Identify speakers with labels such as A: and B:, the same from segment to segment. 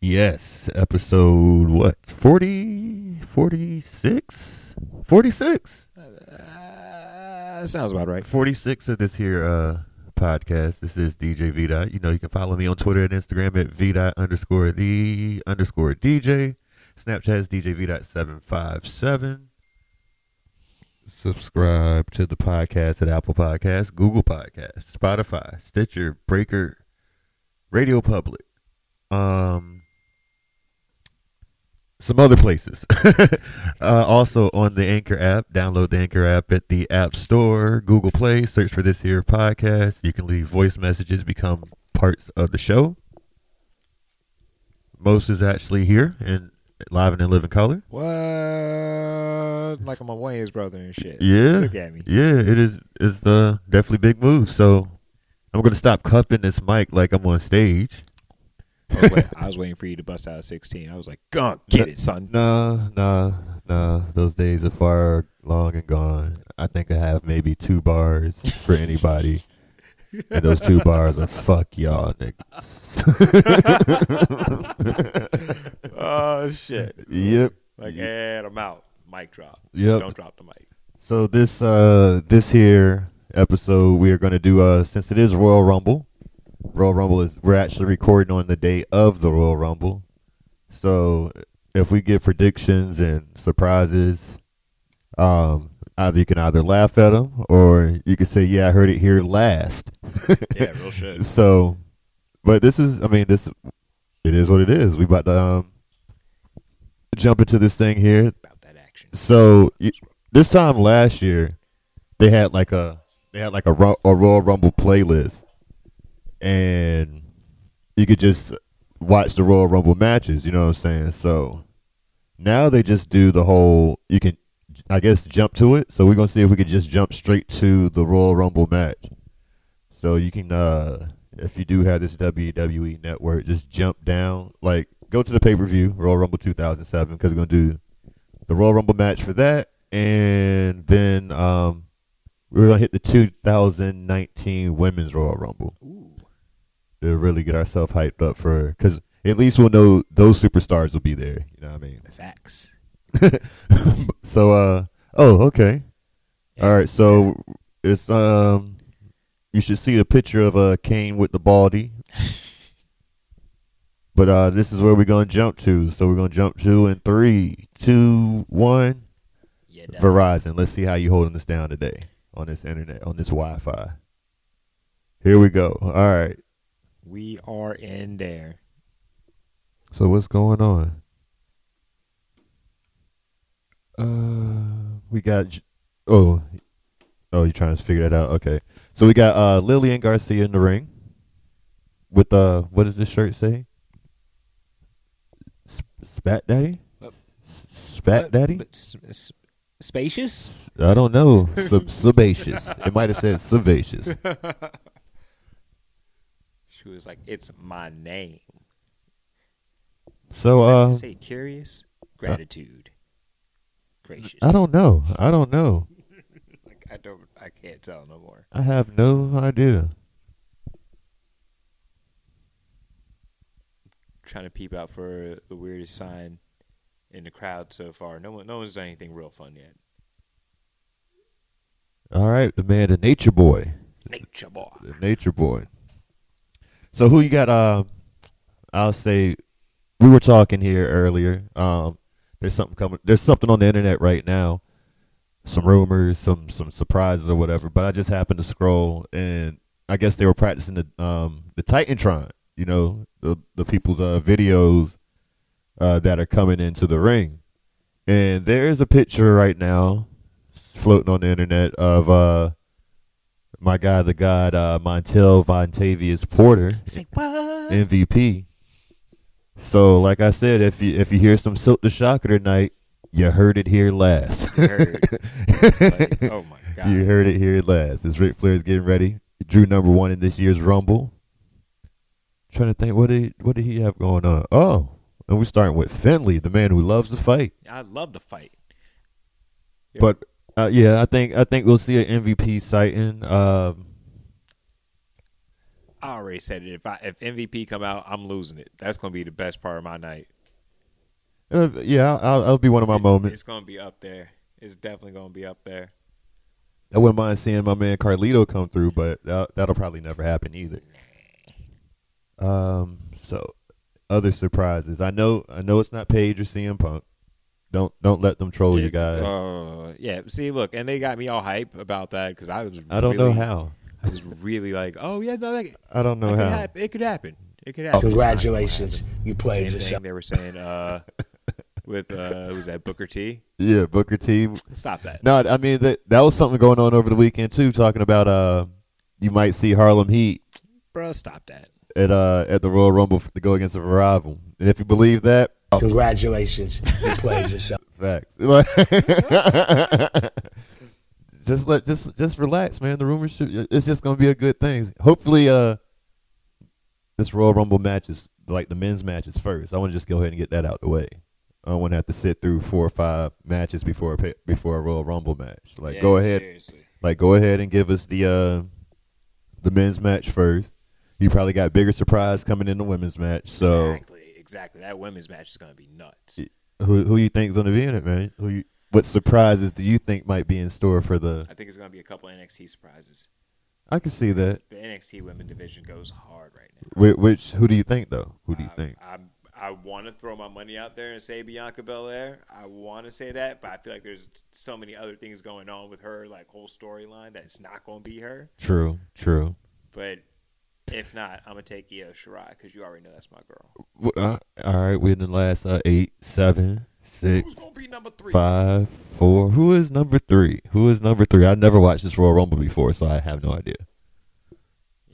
A: Yes, episode what? 40, 46? 46.
B: Uh, sounds about right.
A: 46 of this here uh, podcast. This is DJ V Dot. You know, you can follow me on Twitter and Instagram at V Dot underscore the underscore DJ. Snapchat is DJ V Dot 757. Subscribe to the podcast at Apple Podcasts, Google Podcasts, Spotify, Stitcher, Breaker, Radio Public, um, some other places. uh, also on the Anchor app, download the Anchor app at the App Store, Google Play, search for this here podcast. You can leave voice messages, become parts of the show. Most is actually here and live and in living color.
B: What? Like I'm a Wayne's brother and shit.
A: Yeah.
B: Look at me.
A: Yeah, it is. It's uh, definitely big move. So I'm gonna stop cupping this mic like I'm on stage.
B: Oh, wait, I was waiting for you to bust out of 16. I was like, gun, get it, son.
A: Nah, nah, nah. Those days are far long and gone. I think I have maybe two bars for anybody, and those two bars are fuck y'all, niggas.
B: oh, shit.
A: yep,
B: Like, and I'm out. Mic drop.
A: yep.
B: Don't drop the mic.
A: So this uh this here episode we are gonna do uh since it is Royal Rumble. Royal Rumble is we're actually recording on the day of the Royal Rumble. So if we get predictions and surprises, um either you can either laugh at them or you can say yeah I heard it here last.
B: Yeah, real shit.
A: So but this is I mean this it is what it is. We about to um jump into this thing here
B: About that action.
A: so y- this time last year, they had like a they had like a, Ru- a Royal Rumble playlist, and you could just watch the Royal Rumble matches. You know what I'm saying? So now they just do the whole. You can, I guess, jump to it. So we're gonna see if we could just jump straight to the Royal Rumble match. So you can, uh if you do have this WWE network, just jump down. Like, go to the pay per view Royal Rumble 2007 because we're gonna do the Royal Rumble match for that, and then um, we're gonna hit the 2019 Women's Royal Rumble
B: Ooh.
A: to really get ourselves hyped up for, because at least we'll know those superstars will be there. You know what I mean?
B: Facts.
A: So, uh, oh, okay, all right. So it's um, you should see a picture of uh, Kane with the baldy. But uh, this is where we're gonna jump to. So we're gonna jump to in three, two, one.
B: Yeah, dog.
A: Verizon. Let's see how you holding this down today on this internet, on this Wi-Fi. Here we go. All right.
B: we are in there.
A: So what's going on? Uh, we got. J- Oh, oh, you're trying to figure that out. Okay. So we got uh Lillian Garcia in the ring. With uh, what does this shirt say? S- Spat Daddy.
B: What?
A: S- Spat Daddy.
B: But s- s- spacious?
A: I don't know. Sub- Subacious. It might have said subacious.
B: She was like, it's my name.
A: So
B: Does
A: uh,
B: that say curious? Gratitude. Gracious.
A: I don't know. I don't know.
B: Like, I don't. I can't tell no more.
A: I have no idea.
B: trying to peep out for the weirdest sign in the crowd so far. No one, no one's done anything real fun yet.
A: All right, the man, the nature boy,
B: Nature boy.
A: the nature boy. So who you got? Um, I'll say we were talking here earlier. Um, there's something coming. There's something on the internet right now. Some rumors, some some surprises or whatever. But I just happened to scroll, and I guess they were practicing the um the Titantron. You know, the the people's uh, videos uh, that are coming into the ring, and there is a picture right now floating on the internet of uh my guy, the god uh, Montel Vontavious Porter.
B: Say what?
A: MVP. So, like I said, if you if you hear some Silk the Shocker tonight, you heard it here last.
B: You heard. Like, oh my god.
A: you heard it here last. As Ric Flair is getting ready, He drew number one in this year's Rumble. Trying to think, what did what did he have going on? Oh, and we're starting with Finley, the man who loves to fight.
B: I love the fight. Yeah.
A: But uh, yeah, I think I think we'll see an MVP sighting. Um,
B: I already said it. If I if MVP come out, I'm losing it. That's gonna be the best part of my night.
A: Uh, yeah, I'll, I'll be one of my moments.
B: It's gonna be up there. It's definitely gonna be up there.
A: I wouldn't mind seeing my man Carlito come through, but that, that'll probably never happen either. Um, so other surprises. I know, I know it's not Paige or CM Punk. Don't don't let them troll you guys.
B: Uh, yeah. See, look, and they got me all hype about that because I was.
A: I don't
B: really,
A: know how.
B: I was really like, oh yeah, no, that,
A: I don't know
B: that could
A: how. Oh,
B: hap- it could happen. It could happen.
C: Congratulations, you
B: Same
C: played
B: thing
C: yourself.
B: they were saying uh, with uh, who was that Booker T?
A: Yeah, Booker T.
B: Stop that.
A: No, I mean that that was something going on over the weekend too. Talking about uh, you might see Harlem Heat
B: Bro, stop that.
A: at uh at the Royal Rumble f- to go against a rival, and if you believe that,
C: Congratulations, you played yourself.
A: Facts. Like- just let just just relax, man. The rumors should it's just gonna be a good thing. Hopefully, uh, this Royal Rumble match is like the men's match is first. I want to just go ahead and get that out the way. I don't want to have to sit through four or five matches before a pa- before a Royal Rumble match. Like,
B: Yeah,
A: go ahead,
B: Seriously.
A: like go ahead and give us the uh the men's match first. You probably got bigger surprise coming in the women's match. So,
B: exactly, exactly. That women's match is gonna be nuts.
A: who who you think's gonna be in it, man? Who you, what surprises do you think might be in store for the?
B: I think it's gonna be a couple NXT surprises.
A: I can see that.
B: The NXT women division goes hard right now.
A: Which, which who do you think though? Who do you think?
B: I I want to throw my money out there and say Bianca Belair. I want to say that, but I feel like there's so many other things going on with her, like whole storyline that's not gonna be her.
A: True, true.
B: But if not, I'm gonna take Io Shirai because you already know that's my girl.
A: W- Uh, all right, we're in the last uh, eight, seven, six,
B: Who's gonna be number three?
A: five, four. Who is number three? Who is number three? I never watched this Royal Rumble before, so I have no idea.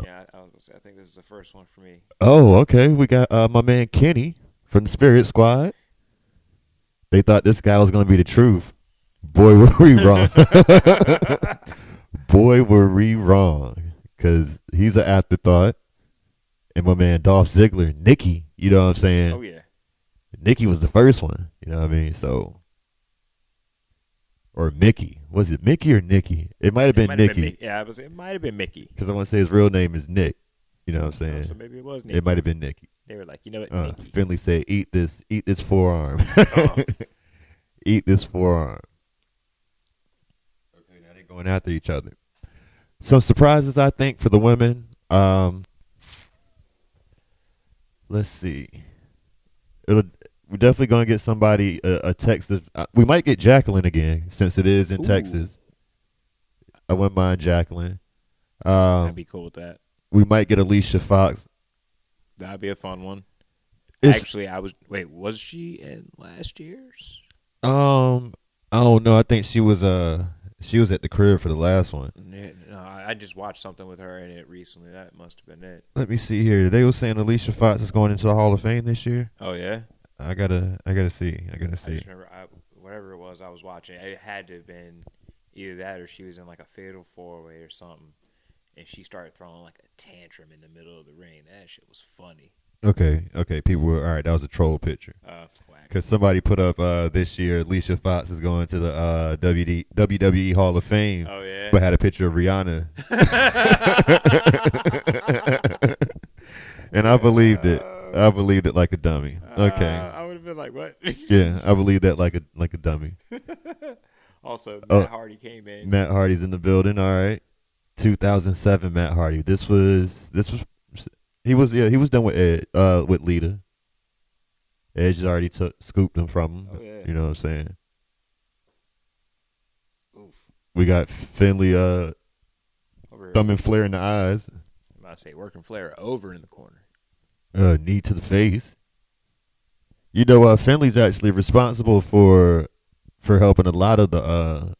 B: Yeah, I, I was gonna say, I think this is the first one for me.
A: Oh, okay. We got uh, my man Kenny from the Spirit Squad. They thought this guy was going to be the truth. Boy, were we wrong. Boy, were we wrong. Because he's an afterthought. And my man Dolph Ziggler, Nikki, you know what I'm saying?
B: Oh yeah,
A: Nikki was the first one. You know what I mean? So. Or Mickey. Was it Mickey or Nikki? It might have
B: It
A: been
B: might have
A: Nikki.
B: Mi- yeah, I was. It might have been Mickey.
A: Because I want to say his real name is Nick. You know what I'm
B: Oh,
A: saying?
B: so maybe it was Nikki.
A: it might have been Nikki.
B: They were like, you Uh-huh. know what?
A: Uh,
B: Nikki.
A: Finley said, "Eat this, eat this forearm, eat this forearm." Okay, now they're going after each other. Some surprises, I think, for the women. Um, let's see. It'll, we're definitely going to get somebody a, a Texas. Uh, we might get Jacqueline again since it is in
B: Ooh.
A: Texas. I wouldn't mind Jacqueline. Um,
B: I'd be cool with that.
A: we might get Alicia Fox.
B: That'd be a fun one.
A: It's-
B: Actually, I was. Wait, was she in last year's?
A: Um, I don't know. I think she was uh she was at the crib for the last one.
B: Yeah, No, I I just watched something with her in it recently. That must have been it.
A: Let me see here. They were saying Alicia Fox is going into the Hall of Fame this year.
B: Oh yeah.
A: I gotta, I gotta see. I gotta
B: I
A: see.
B: just remember I, whatever it was I was watching. It had to have been either that or she was in like a fatal four way or something, and she started throwing like a tantrum in the middle of the ring. That shit was funny.
A: Okay, okay. People were all right. That was a troll picture
B: Uh, whack.
A: because somebody put up uh this year Alicia Fox is going to the uh WD, WWE E Hall of Fame,
B: Oh yeah.
A: but had a picture of Rihanna, and I believed it. I believed it like a dummy. Okay.
B: Uh, I would have been like, what?
A: yeah, I believe that like a like a dummy.
B: also, Matt
A: Oh.
B: Hardy came in.
A: Matt Hardy's in the building. All right, 2007 Matt Hardy. This was this was he was yeah he was done with Ed uh with Lita. Edge already took scooped him from him.
B: Oh, yeah.
A: You know what I'm saying?
B: Oof.
A: We got Finley uh
B: Over.
A: thumbing Flair in the eyes,
B: I'm about to say working Flair over in the corner.
A: uh knee to the face. You know, uh, Finley's actually responsible for for helping a lot of the uh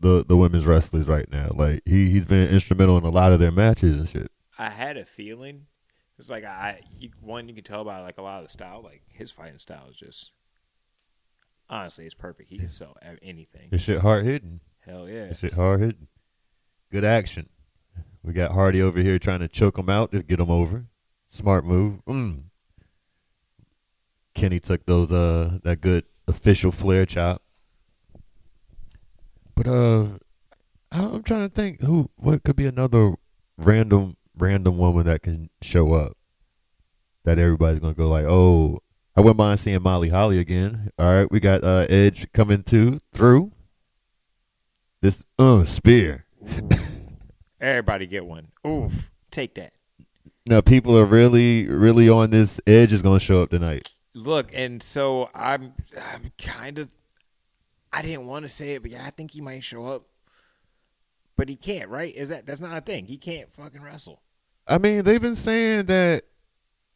A: the the women's wrestlers right now. Like he he's been instrumental in a lot of their matches and shit.
B: I had a feeling. It's like I you, one you can tell by like a lot of the style. Like his fighting style is just honestly, it's perfect. He can sell a- anything.
A: This shit hard hitting.
B: Hell yeah.
A: That shit hard hitting. Good action. We got Hardy over here trying to choke him out to get him over. Smart move. Mm. Kenny took those uh that good official flare chop. But uh I- I'm trying to think who what could be another random random woman that can show up that everybody's gonna go like, oh, I wouldn't mind seeing Molly Holly again. All right, we got uh, Edge coming to through this uh spear.
B: Everybody get one. Oof. Take that.
A: Now people are really, really on this. Edge is gonna show up tonight.
B: Look, and so I'm I'm kind of I didn't want to say it, but yeah, I think he might show up. But he can't, right? Is that that's not a thing. He can't fucking wrestle.
A: I mean, they've been saying that.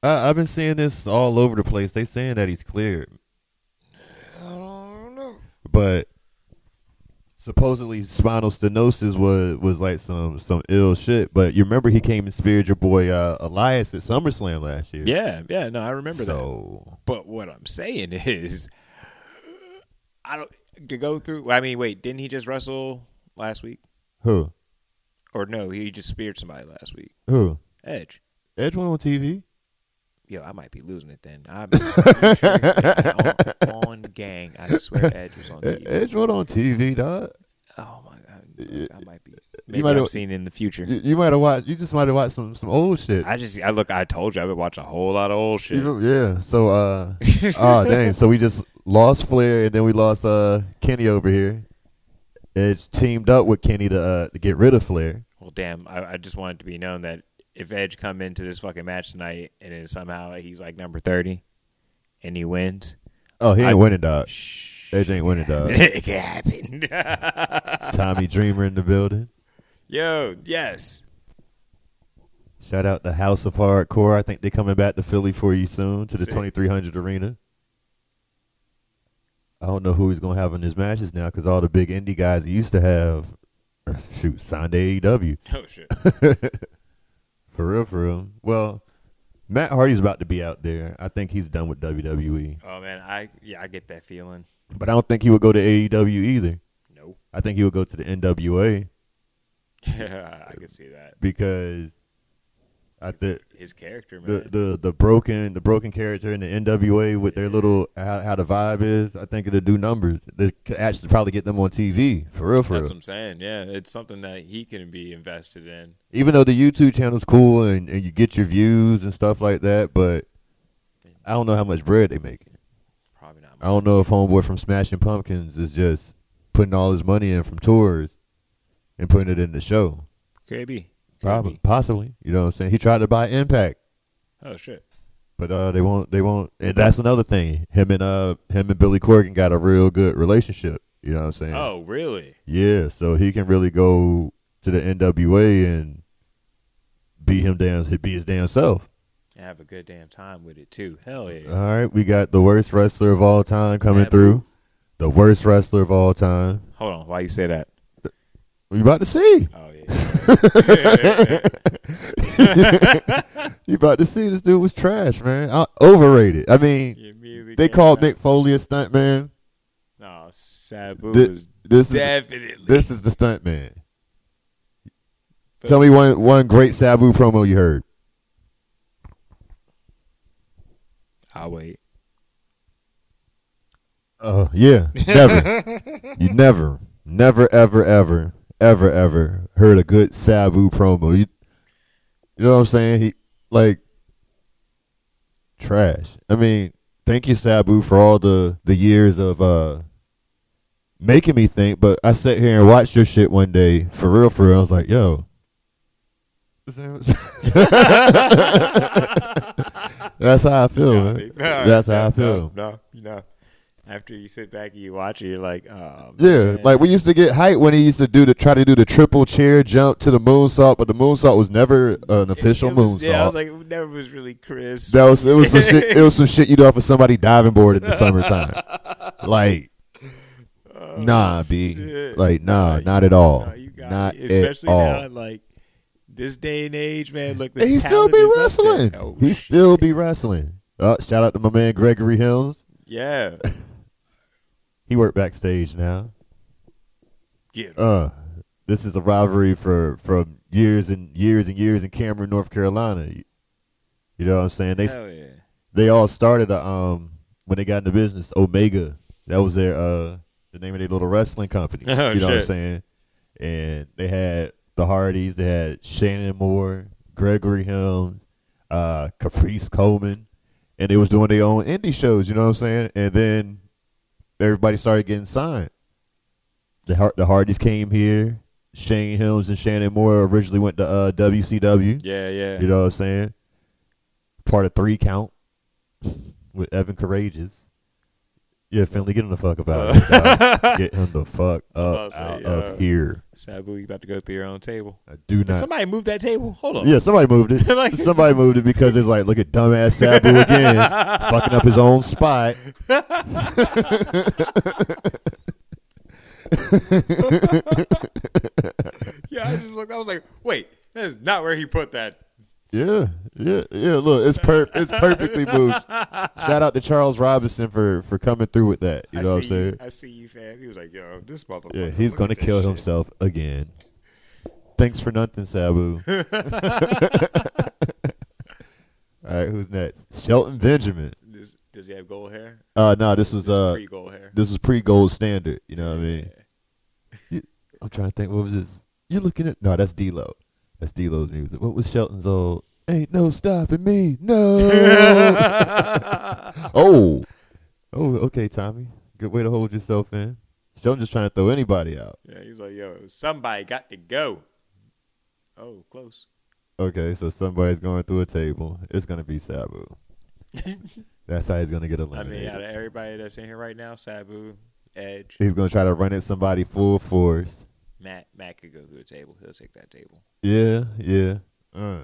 A: I, I've been seeing this all over the place. They saying that he's cleared,
B: I don't know.
A: but supposedly spinal stenosis was was like some some ill shit. But you remember he came and speared your boy uh, Elias at SummerSlam last year.
B: Yeah, yeah, no, I remember that.
A: So
B: But what I'm saying is I don't to go through I mean, wait, didn't he just wrestle last week?
A: who
B: Or no, he just speared somebody last week.
A: who
B: Edge.
A: Edge went on E, TV.
B: Yo, I might be losing it then. I'm pretty sure on, on gang. I swear Edge was on
A: E-
B: TV.
A: Edge went on TV, dog.
B: Oh my god, I might be. Maybe
A: might
B: I've
A: have-
B: seen it in the future.
A: You, you might have watched. You just might have watched some some old shit.
B: I just, I look, I told you, I've been watching a whole lot of old shit.
A: You- yeah. So uh oh dang. So we just lost Flair and then we lost uh Kenny over here. Edge teamed up with Kenny to uh to get rid of Flair.
B: Well, damn, I, I just wanted to be known that if Edge come into this fucking match tonight and then somehow he's like number thirty, and he wins,
A: Oh, he ain't
B: I-
A: winning dog.
B: shh,
A: Edge ain't winning dog.
B: it can happen.
A: Tommy Dreamer in the building.
B: Yo, yes,
A: Shout out to House of Hardcore. I think they're coming back to Philly for you soon to the
B: Sick.
A: 2300 Arena. I don't know who he's gonna have in his matches now because all the big indie guys he used to have, shoot, signed E to AEW.
B: oh shit,
A: For real, for real. Well, Matt Hardy's about to be out there. I think he's done with WWE,
B: oh man, I yeah, I get that feeling.
A: but I don't think he would go to AEW either.
B: Nope,
A: I think he would go to the NWA
B: I can see that.
A: because I think
B: His character, man.
A: the, the the broken the broken character in the NWA with their little how, how the vibe is. I think it'll do numbers. They could actually probably get them on TV. For real, for
B: That's what
A: real.
B: I'm saying. Yeah, it's something that he can be invested in.
A: Even though the YouTube channel's cool and, and you get your views and stuff like that, but I don't know how much bread they make.
B: Probably not.
A: I don't know if Homeboy from Smashing Pumpkins is just putting all his money in from tours and putting it in the show.
B: Could be. Could
A: Uh, Probably,
B: be.
A: possibly. You know what I'm saying? He tried to buy Impact,
B: Oh shit.
A: but uh, they won't. They won't. And that's another thing. Him and uh, him and Billy Corgan got a real good relationship. You know what I'm saying?
B: Oh really?
A: yeah. So he can really go to the NWA and be him damn. Be his damn self.
B: I have a good damn time with it too. Hell yeah.
A: All right, we got the worst wrestler of all time coming
B: Sabu.
A: through. The worst wrestler of all time.
B: Hold on. Why you say that?
A: We about to see.
B: Oh yeah.
A: You about to see this dude was trash, man. I, overrated. I mean,
B: You immediately
A: they
B: came
A: called
B: back.
A: Mick Foley a stunt man.
B: No, Sabu
A: Thi-
B: was
A: this is-
B: definitely.
A: This is the stunt man. Tell me one one great Sabu promo you heard.
B: I'll wait.
A: Oh yeah, never. you never, never, ever, ever, ever, ever heard a good Sabu promo. You, you know what I'm saying? He like trash. I mean, thank you Sabu for all the the years of uh making me think. But I sat here and watched your shit one day for real, for real. I was like, yo. That's how I feel,
B: No,
A: man.
B: dude. No,
A: That's
B: no,
A: how I feel.
B: No, no, you know. After you sit back and you watch it, you're like, oh.
A: Yeah,
B: man.
A: like we used to get hype when he used to do the try to do the triple chair jump to the moonsault, but the moonsault was never an official
B: It was-
A: moonsault.
B: Yeah, I was like, it never was really Chris.
A: that was it was some shit. It was some shit you do off of somebody diving board in the summertime. like, nah, b,
B: Oh, shit.
A: like nah,
B: Nah,
A: not at all,
B: No, you got
A: not
B: me. Especially
A: at all.
B: now, like this day and age, man. Look, the
A: and he still
B: talent
A: be
B: is up there.
A: wrestling.
B: Oh,
A: he
B: sh-
A: still be wrestling. Uh, shout out to my man Gregory Hills.
B: yeah.
A: He worked backstage now.
B: Get him.
A: uh this is a rivalry for from years and years and years in Cameron, North Carolina. You, you know what I'm saying? They
B: Hell yeah.
A: they all started uh, um when they got into business. Omega, that was their uh the name of their little wrestling company.
B: Oh,
A: you know what I'm
B: shit.
A: saying? And they had the Hardys, they had Shannon Moore, Gregory Helms, uh, Caprice Coleman, and they was doing their own indie shows. You know what I'm saying? And then everybody started getting signed. The Har- the Hardys came here. Shane Helms and Shannon Moore originally went to uh, WCW.
B: Yeah, yeah.
A: You know what I'm saying? Part of three count with Evan Courageous. Yeah, Finley, get him the fuck up out of here. dog. Get him the fuck
B: Uh, about
A: up
B: to say,
A: out
B: uh,
A: of here.
B: Sabu, you about to go through your own table.
A: I do
B: Did
A: not.
B: somebody move that table? Hold on.
A: yeah, somebody moved it.
B: Like-
A: somebody moved it because it's like, look at dumbass Sabu again, fucking up his own spot.
B: Yeah, I just looked. I was like, wait, that is not where he put that.
A: Yeah, yeah, yeah. Look, it's per- it's perfectly moved. Shout out to Charles Robinson for for coming through with that. You know
B: I
A: what I'm
B: see
A: saying?
B: you. I see you, fam. He was like, yo, this motherfucker.
A: Yeah, he's
B: look
A: gonna
B: at this
A: kill
B: shit.
A: himself again. Thanks for nothing, Sabu. All right, who's next? Shelton Benjamin.
B: Does, does he have gold hair?
A: Uh no, this was
B: This is
A: uh
B: pre-gold hair.
A: this is pre gold standard, you know what I mean? You- I'm trying to think what was this? You're looking at no, that's D Lo. That's D Lo's music. What was Shelton's old Ain't no stopping me, no Oh. Oh, okay, Tommy. Good way to hold yourself in. Shelton just trying to throw anybody out.
B: yeah, he's like, yo, somebody got to go. Oh, close.
A: Okay, so somebody's going through a table. It's gonna be Sabu. That's how he's gonna get
B: I mean,
A: eliminated.
B: out of everybody that's in here right now, Sabu, Edge,
A: he's gonna try to run at somebody full force.
B: Matt, Matt could go through the table. He'll take that table.
A: Yeah, yeah. Uh.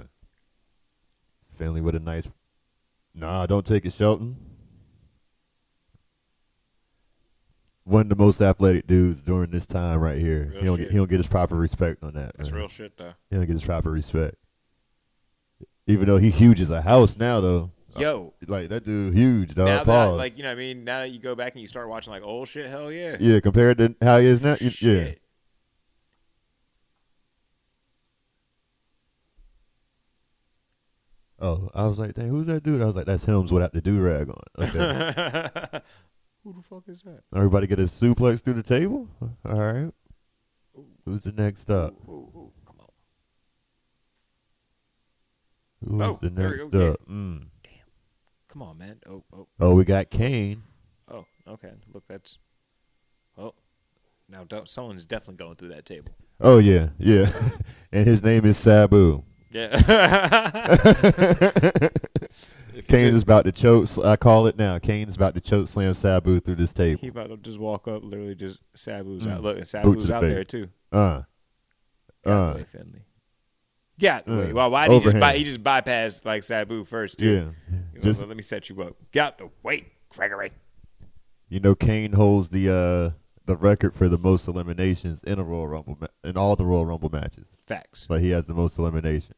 A: Finley with a nice. Nah, don't take it, Shelton. One of the most athletic dudes during this time right here.
B: Real
A: he don't
B: shit.
A: get he don't get his proper respect on that.
B: That's
A: man.
B: real shit, though.
A: He don't get his proper respect. Even though he huge as a house now though.
B: Yo,
A: Like that dude huge dog.
B: now that,
A: Uh, Pause.
B: like, you know what I mean? Now that you go back and you start watching, like, oh, shit, hell yeah.
A: Yeah, compared to how he is now. you- yeah.
B: Shit.
A: Oh, I was like, dang, who's that dude? I was like, that's Helms without the do rag on. Okay.
B: Who the fuck is that?
A: Everybody get a suplex through the table. All right. Who's the next up?
B: Ooh, ooh, come on.
A: Who's
B: Oh,
A: the
B: there we
A: next
B: go, yeah.
A: up? Mm.
B: Come on, man. Oh, oh,
A: Oh, we got Kane.
B: oh. Okay. Look, that's. Oh. Now, don't, someone's definitely going through that table.
A: Oh yeah, yeah. and his name is Sabu.
B: Yeah.
A: Kane is about to choke. sl- I call it now. Kane's about to choke slam Sabu through this
B: He
A: table.
B: about to just walk up, literally just Sabu's out.
A: Mm.
B: Look, and Sabu's
A: the
B: out
A: face.
B: there too.
A: Uh,
B: God
A: Uh.
B: way, Finley. Got the way.
A: Uh,
B: Well, why did he just
A: overhand.
B: buy, he just bypassed like Sabu first too?
A: yeah.
B: He was
A: Just
B: like, let me set you up. Got the wait, Gregory.
A: You know, Kane holds the uh, the record for the most eliminations in a Royal Rumble ma- in all the Royal Rumble matches.
B: Facts.
A: But he has the most elimination.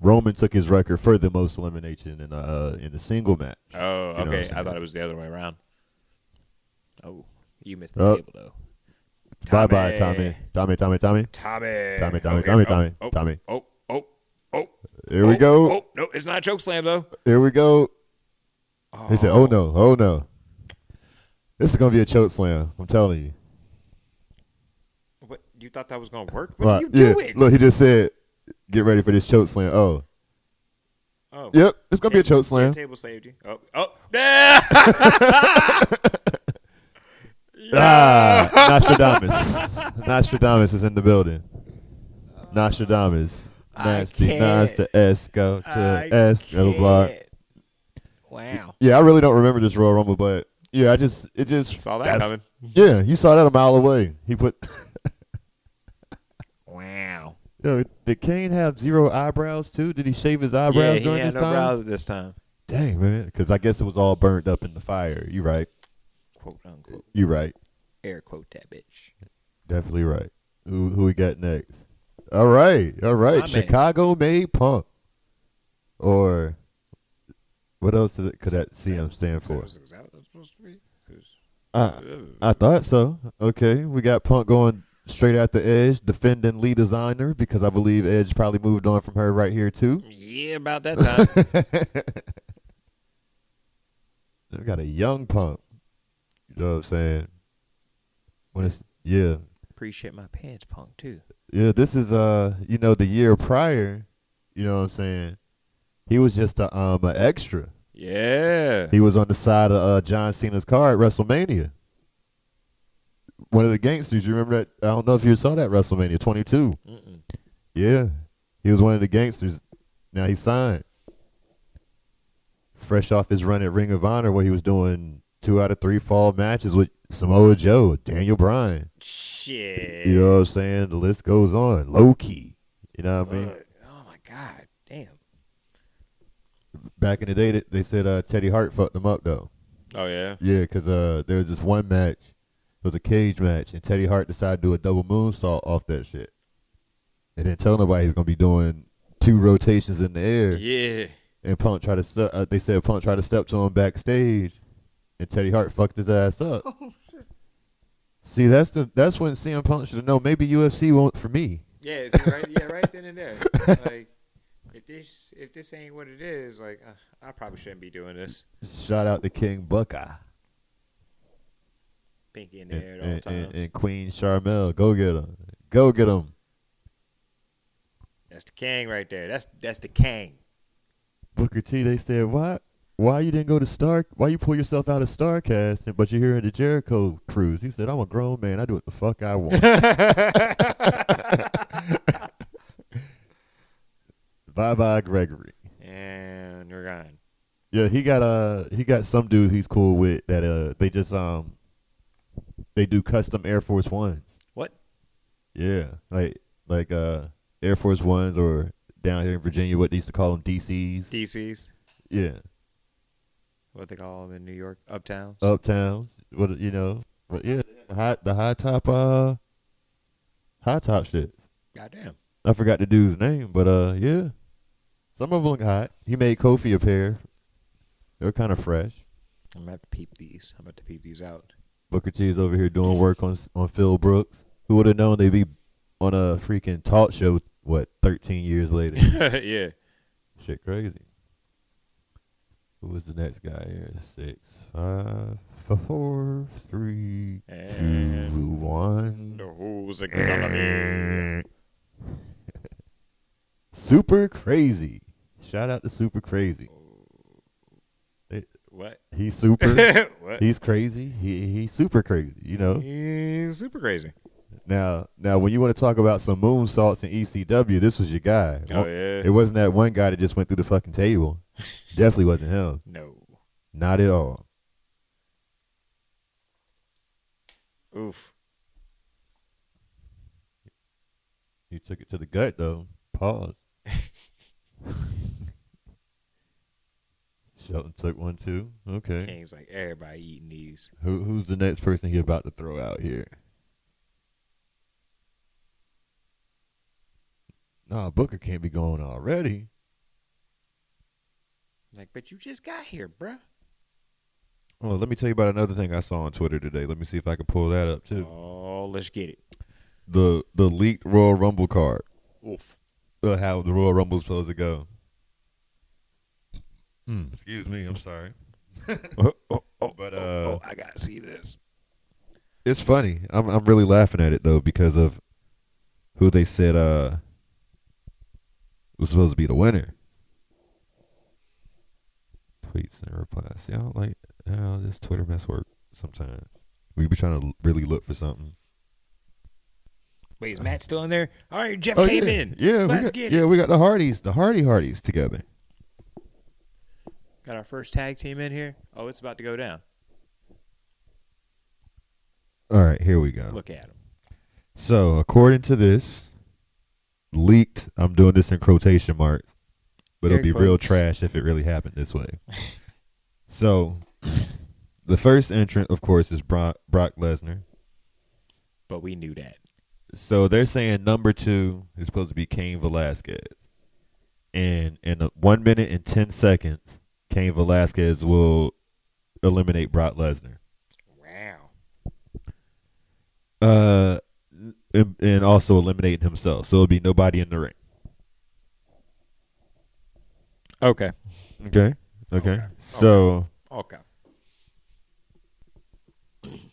A: Roman took his record for the most elimination in a uh, in a single match.
B: Oh,
A: You know what I'm
B: okay. I
A: saying?
B: thought it was the other way around. Oh, you missed the
A: Oh.
B: table though.
A: Bye bye, Tommy. Tommy, Tommy,
B: Tommy.
A: Tommy. Tommy, Tommy,
B: Okay. Oh,
A: Tommy, Tommy,
B: oh,
A: Tommy.
B: Oh, oh, oh.
A: Here we
B: oh,
A: go.
B: Oh, no, it's not a choke slam though.
A: Here we go. He said, "Oh no, oh no, this is gonna be a choke slam." I'm telling you.
B: What you thought that was gonna work? What are you
A: Right, yeah.
B: doing?
A: Look, he just said, "Get ready for this choke slam." Oh,
B: Oh.
A: yep, it's gonna be a
B: Table-
A: choke slam.
B: Table saved you. Oh, oh, yeah.
A: Ah, Nostradamus. Nostradamus is in the building. Nostradamus.
B: Oh. I
A: Nasty
B: can't.
A: Nas to Esco
B: I
A: to Esco block.
B: can't. Wow.
A: Yeah, I really don't remember this Royal Rumble, but yeah, I just it just
B: Saw that
A: that's-
B: coming.
A: Yeah, you saw that a mile away. He put.
B: Wow.
A: Yo, did Kane have zero eyebrows too? Did he shave his eyebrows
B: yeah, he
A: during
B: had
A: this
B: no
A: time?
B: brows this time.
A: Dang man, because I guess it was all burnt up in the fire. You right.
B: Quote unquote.
A: You right.
B: Air quote that bitch.
A: Definitely right. Who who we got next? All right, all right.
B: My man.
A: Chicago made punk, or what else does it, could that CM stand
B: Is that
A: for?
B: what it's supposed to be? 'Cause-
A: I I thought so. Okay, we got punk going straight at the edge, defending Lee Designer because I believe Edge probably moved on from her right here too.
B: Yeah, about that time.
A: We got a young punk. You know what I'm saying? When it's yeah,
B: Appreciate my pants, punk too.
A: Yeah, this is uh, you know, the year prior, You know what I'm saying? He was just a um an extra.
B: Yeah.
A: He was on the side of uh, John Cena's car at WrestleMania. One of the gangsters. You remember that? I don't know if you saw that WrestleMania 22.
B: Mm-mm.
A: Yeah, he was one of the gangsters. Now he signed. Fresh off his run at Ring of Honor, where he was doing two out of three fall matches with Samoa Joe, Daniel Bryan.
B: Shit.
A: You know what I'm saying? The list goes on. Low key. You know what I mean?
B: Look, oh my god, damn.
A: Back in the day, they- they said uh, Teddy Hart fucked them up though.
B: Oh yeah.
A: Yeah, because uh, there was this one match. It was a cage match, and Teddy Hart decided to do a double moonsault off that shit. And then tell nobody he's gonna be doing two rotations in the air.
B: Yeah.
A: and Punk tried to step. Uh, they said Punk tried to step to him backstage, and Teddy Hart fucked his ass up. See, that's the that's when CM Punk should have known. Maybe UFC won't for me.
B: Yeah. See, right. Yeah. Right then and there. like, if this if this ain't what it is, like, uh, I probably shouldn't be doing this.
A: Shout out to King Buckeye
B: Pinky in the
A: and,
B: air at all
A: and, and,
B: times.
A: and Queen Charmel. Go get him. Go get him.
B: That's the king right there. That's that's the king.
A: Booker T. They said why why you didn't go to Star? Why you pull yourself out of Starcast? and- But you're here in the Jericho cruise. He said I'm a grown man. I do what the fuck I want. bye bye Gregory.
B: and we're gone.
A: Yeah, he got uh he got some dude he's cool with that uh they just um they do custom Air Force Ones.
B: What?
A: Yeah, like like uh Air Force Ones or down here in Virginia what they used to call them DCs.
B: DC's.
A: yeah,
B: What they call them in New York uptowns.
A: Oh. uptowns. What you know? But yeah, the high the high top uh high top shit.
B: Goddamn.
A: I forgot the dude's name, but uh yeah, some of them look hot. He made Kofi a pair. They're kind of fresh.
B: I'm about to peep these. I'm about to peep these out.
A: Booker T is over here doing work on on Phil Brooks. Who would have known they'd be on a freaking talk show? What thirteen years later?
B: yeah.
A: Shit, crazy. Who was the next guy here? Six, five, four, three, two,
B: And
A: one.
B: who's it gonna be?
A: Super crazy. Shout out to Super Crazy.
B: What?
A: He's super.
B: what?
A: he's crazy. He he's super crazy. You know.
B: He's super crazy.
A: Now now when you want to talk about some moonsaults in ECW, this was your guy.
B: Oh yeah.
A: It wasn't that one guy that just went through the fucking table. Definitely wasn't him.
B: no.
A: Not at all.
B: Oof.
A: He took it to the gut though. Pause. Shelton took one too. Okay.
B: King's like everybody eating these.
A: Who who's the next person he about to throw out here? Nah, Booker can't be going already.
B: Like, but you just got here, bruh.
A: Well, let me tell you about another thing I saw on Twitter today. Let me see if I can pull that up too.
B: Oh, let's get it.
A: The the leaked Royal Rumble card.
B: Oof.
A: uh, how the Royal Rumble's supposed to go. Mm, Excuse me, I'm sorry.
B: Oh, oh, oh,
A: But,
B: oh,
A: uh,
B: oh, I gotta see this.
A: It's funny. I'm I'm really laughing at it though because of who they said uh was supposed to be the winner. Tweets and replies. See, I don't like how this Twitter mess work sometimes. We be trying to l- really look for something.
B: Wait, is Matt still in there? All right, Jeff
A: Oh,
B: came
A: yeah.
B: in.
A: Yeah, we
B: let's
A: got,
B: get
A: yeah,
B: it.
A: we got the Hardys, the Hardy Hardys together.
B: Got our first tag team in here. Oh, it's about to go down.
A: All right, here we go.
B: Look at him.
A: So, according to this, leaked, I'm doing this in quotation marks, but it'll
B: Air
A: be real
B: quotes.
A: trash if it really happened this way. so, the first entrant, of course, is Brock, Brock Lesnar.
B: But we knew that.
A: So, they're saying number two is supposed to be Cain Velasquez. And in a one minute and 10 seconds, Cain Velasquez will eliminate Brock Lesnar.
B: Wow.
A: Uh, and, and also eliminating himself. So, it'll be nobody in the ring.
B: Okay.
A: Okay. Okay.
B: Okay.
A: So,
B: Okay.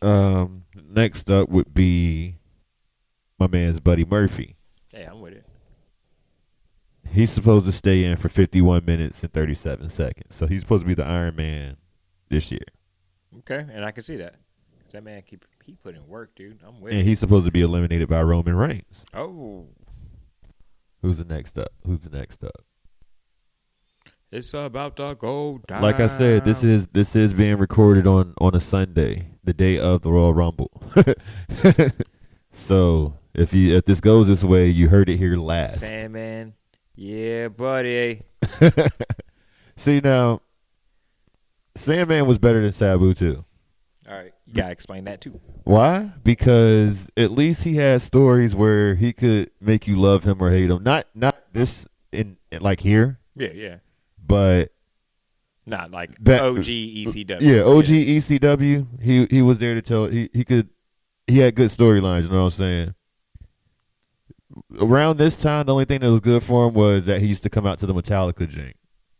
A: um, next up would be my man's Buddy Murphy.
B: Hey, I'm with it.
A: He's supposed to stay in for 51 minutes and 37 seconds. So he's supposed to be the Iron Man this year.
B: Okay, and I can see that. 'Cause that man keep he put in work, dude. I'm with.
A: And
B: it.
A: he's supposed to be eliminated by Roman Reigns.
B: Oh,
A: Who's the next up? Who's the next up?
B: it's about to go down.
A: Like I said, this is this is being recorded on on a Sunday, the day of the Royal Rumble. so if you if this goes this way, you heard it here last.
B: Sandman. Yeah, buddy.
A: See now, Sandman was better than Sabu too.
B: All right, you gotta explain that too.
A: Why? Because at least he had stories where he could make you love him or hate him. Not not this in like here,
B: Yeah, yeah.
A: but
B: Not like E
A: That-
B: OG ECW.
A: yeah, OG ECW. He he was there to tell he he could he had good storylines. You know what I'm saying? Around this time, the only thing that was good for him was that he used to come out to the Metallica jink.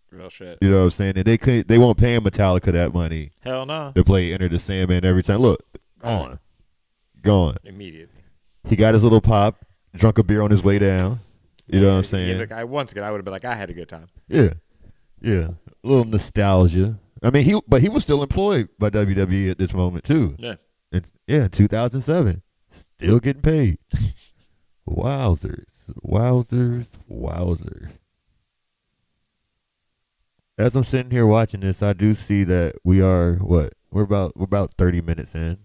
B: Real shit.
A: You know what I'm saying? And they could they won't pay him Metallica that money
B: Hell no.
A: to play Enter the Sandman every time. Look, gone, gone.
B: Immediately.
A: He got his little pop, drunk a beer on his way down. You know what I'm saying?
B: Yeah, look, I once again, I would have been like, I had a good time.
A: Yeah, yeah. A little nostalgia. I mean, he but he was still employed by WWE at this moment too.
B: Yeah.
A: And yeah, 2007, still getting paid. wowzers, wowzers, wowzers. As I'm sitting here watching this, I do see that we are what we're about we're about 30 minutes in.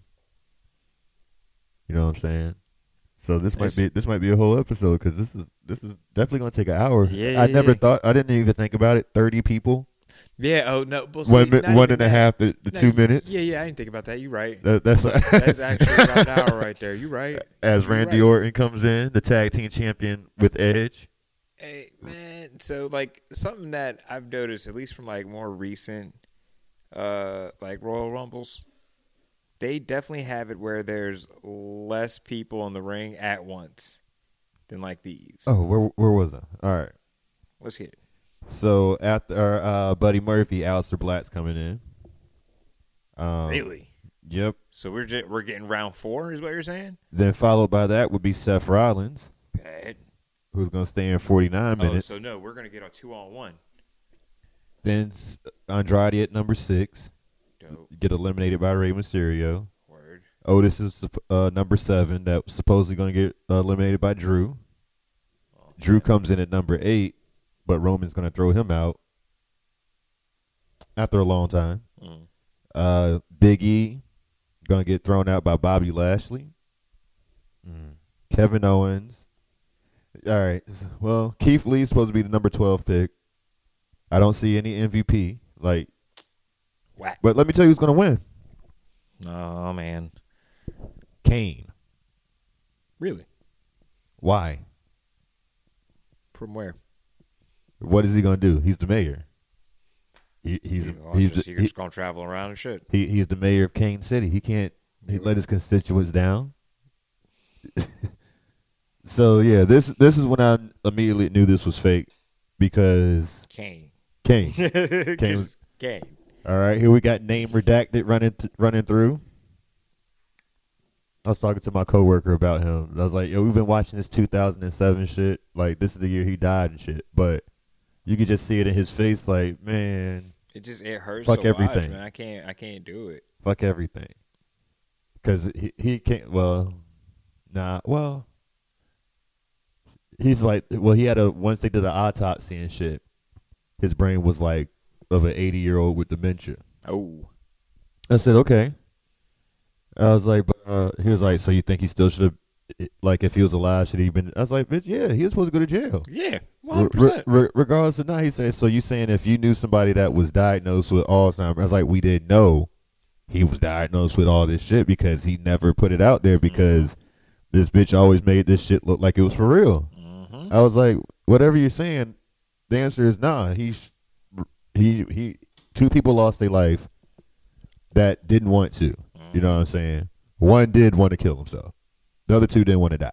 A: You know what I'm saying? So this might
B: It's-
A: be this might be a whole episode because this is this is definitely gonna take an hour.
B: Yeah, yeah,
A: I never
B: yeah.
A: thought I didn't even think about it. 30 people,
B: Yeah. Oh no. But
A: one
B: see,
A: mi-
B: not
A: one
B: even
A: and a
B: that.
A: half to, to
B: No,
A: two minutes.
B: Yeah, yeah. I didn't think about that. You're right.
A: That, that's
B: That's actually about an hour right there. You're right.
A: as
B: You're
A: Randy
B: right.
A: Orton comes in, the tag team champion with Edge.
B: Hey man, so like something that I've noticed, at least from like more recent, uh, like Royal Rumbles, they definitely have it where there's less people in the ring at once than like these.
A: Oh, where where was I? All right.
B: Let's hit it.
A: So after uh, Buddy Murphy, Aleister Black's coming in. Um,
B: really?
A: Yep.
B: So we're just, we're getting round four, is what you're saying?
A: Then followed by that would be Seth Rollins,
B: Bad.
A: who's going to stay in 49
B: Oh,
A: minutes.
B: so no, we're gonna get a two on one.
A: Then S- Andrade at number six,
B: Dope.
A: get eliminated by Rey Mysterio.
B: Word.
A: Otis is sup- uh, number seven, that was supposedly going to get uh, eliminated by Drew.
B: Oh,
A: Drew
B: man.
A: comes in at number eight, but Roman's going to throw him out after a long time.
B: Mm.
A: Uh, Big E gonna get thrown out by Bobby Lashley. Mm. Kevin Owens. All right. s- Well, Keith Lee's supposed to be the number twelve pick. I don't see any MVP. Like,
B: Whack.
A: but let me tell you who's gonna win.
B: Oh man.
A: Kane.
B: Really?
A: Why?
B: From where?
A: What is he gonna do? He's the mayor. He, he's
B: Oh,
A: he's
B: just,
A: the,
B: you're
A: he,
B: just gonna travel around and shit.
A: he, he's the mayor of Kane City. He can't he let his constituents down. so yeah, this this is when I immediately knew this was fake because
B: Kane.
A: Kane.
B: Kane.
A: was-
B: Kane.
A: All right, here we got name redacted running th- running through. I was talking to my coworker about him. I was like, "Yo, we've been watching this 2007 shit. Like, this is the year he died and shit." But you could just see it in his face, like, "Man,
B: It just it hurts so
A: Fuck
B: much,
A: everything.
B: man. I can't I can't do it.
A: fuck everything," because he he can't. Well, nah. Well, he's like, well, he had a once they did an autopsy and shit. His brain was like of an 80 year old with dementia.
B: Oh,
A: I said, okay. I was like, but, uh, he was like, so you think he still should have, like, if he was alive, should he been? I was like, bitch, yeah, he was supposed to go to jail.
B: yeah, one
A: Re-
B: hundred percent.
A: re- regardless of not, he said, so you saying if you knew somebody that was diagnosed with Alzheimer's, I was like, we didn't know he was diagnosed with all this shit because he never put it out there
B: Mm-hmm.
A: because this bitch always made this shit look like it was for real.
B: Mm-hmm.
A: I was like, whatever you're saying, the answer is nah. He, sh- he, he. Two people lost their life that didn't want to. You know what I'm saying? One did want to kill himself. The other two didn't want to die.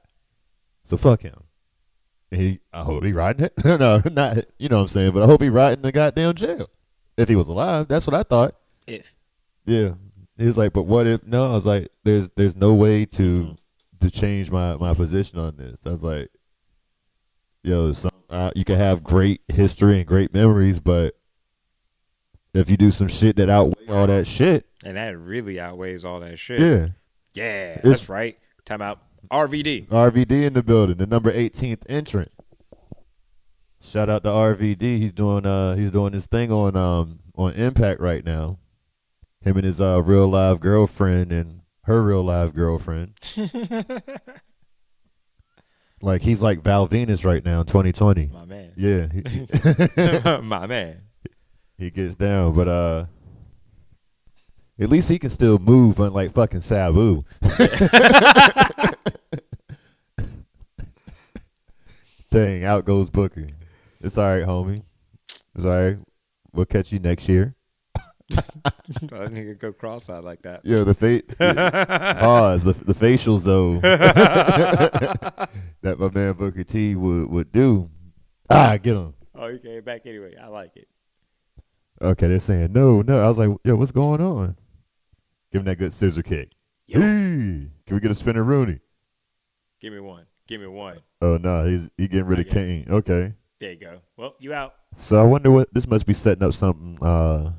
A: So fuck him. And he, I hope he riding it. no, not you know what I'm saying. But I hope he riding the goddamn jail. If he was alive, that's what I thought.
B: If
A: Yeah. He was like, but what if? No, I was like, there's there's no way to to change my my position on this. I was like, yo, some, uh, you can have great history and great memories, but if you do some shit that outweigh all that shit,
B: and that really outweighs all that shit.
A: yeah,
B: Yeah,
A: It's-
B: that's right. Time out. RVD.
A: RVD in the building, the number 18th entrant. Shout out to RVD. He's doing uh he's doing his thing on um on Impact right now. Him and his uh real live girlfriend and her real live girlfriend. like he's like Val Venus right now in 2020.
B: My man.
A: Yeah, he,
B: My man.
A: he gets down, but uh at least he can still move unlike fucking Sabu. Dang, out goes Booker. It's all right, homie. It's all right. We'll catch you next year.
B: That nigga go cross-eyed like that.
A: Yeah, the face. pause. The, the facials, though, that my man Booker T would, would do. Ah, get him.
B: Oh, you came back anyway. I like it.
A: Okay, they're saying no, no. I was like, yo, what's going on? Give him that good scissor kick.
B: Yo.
A: Hey, can we get a spinner Rooney?
B: Give me one. Give me one.
A: Oh no, he's he getting rid of
B: Not yet.
A: Kane. Okay,
B: There you go. Well, you out.
A: so I wonder what this must be setting up something uh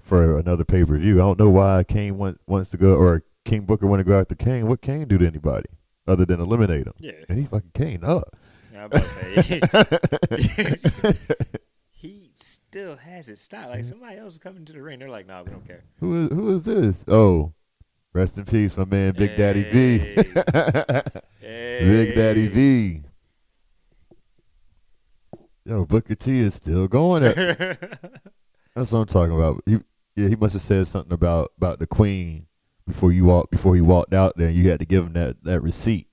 A: for another pay per view. I don't know why Kane want, wants to go or King Booker want to go after Kane. What Kane do to anybody other than eliminate him?
B: Yeah.
A: And he fucking Kane up.
B: I'm about to say. he still has it stopped. Like somebody else is coming to the ring. They're like, nah, we don't care.
A: Who is who is this? Oh, rest in peace, my man, Big Daddy V. Big Daddy V. Yo, Booker T is still going. At, that's what I'm talking about. He, yeah, he must have said something about about the Queen before you walked before he walked out there. You had to give him that that receipt.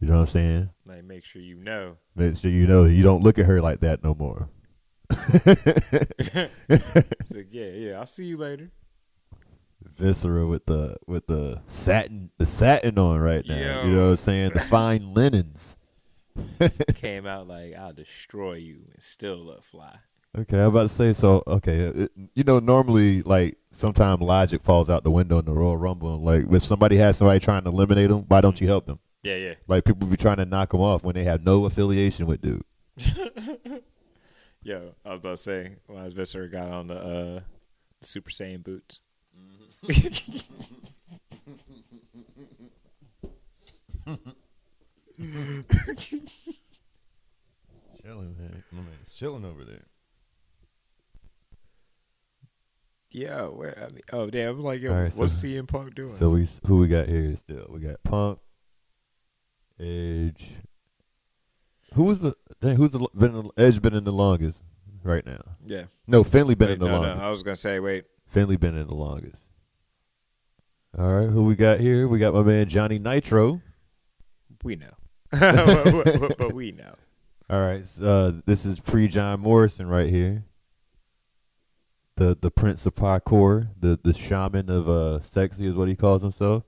A: You know what I'm saying?
B: Like, make sure you know.
A: Make sure you know you don't look at her like that no more.
B: It's like, yeah, yeah. I'll see you later.
A: Viscera with the with the satin the satin on right now. You
B: Yo.
A: know what I'm saying? The fine linens.
B: Came out like, I'll destroy you and still look fly.
A: Okay, I'm about to say so. Okay, it, you know, normally like sometimes logic falls out the window in the Royal Rumble. And, like if somebody has somebody trying to eliminate them, why don't you help them?
B: Yeah, yeah.
A: Like people be trying to knock them off when they have no affiliation with dude.
B: Yo, I was about to say, when I was Viscera got on the uh, Super Saiyan boots.
A: Chilling, man. My man's chilling over there.
B: Yo, where? I mean, oh, damn. I'm like, yo,
A: All right, so-
B: what's CM Punk doing?
A: So we who we got here still? We got Punk, Edge. Who was the dang, who's the, been Edge been in the longest right now?
B: yeah.
A: No, Finley been
B: Wait,
A: in the
B: no, no,
A: longest.
B: I was going to say, wait.
A: Finley been in the longest. All right, who we got here? We got my man Johnny Nitro.
B: We know. but, but- but we know.
A: All right, s- uh, this is pre John Morrison right here. The the Prince of Parkour, the the shaman of uh, sexy is what he calls himself.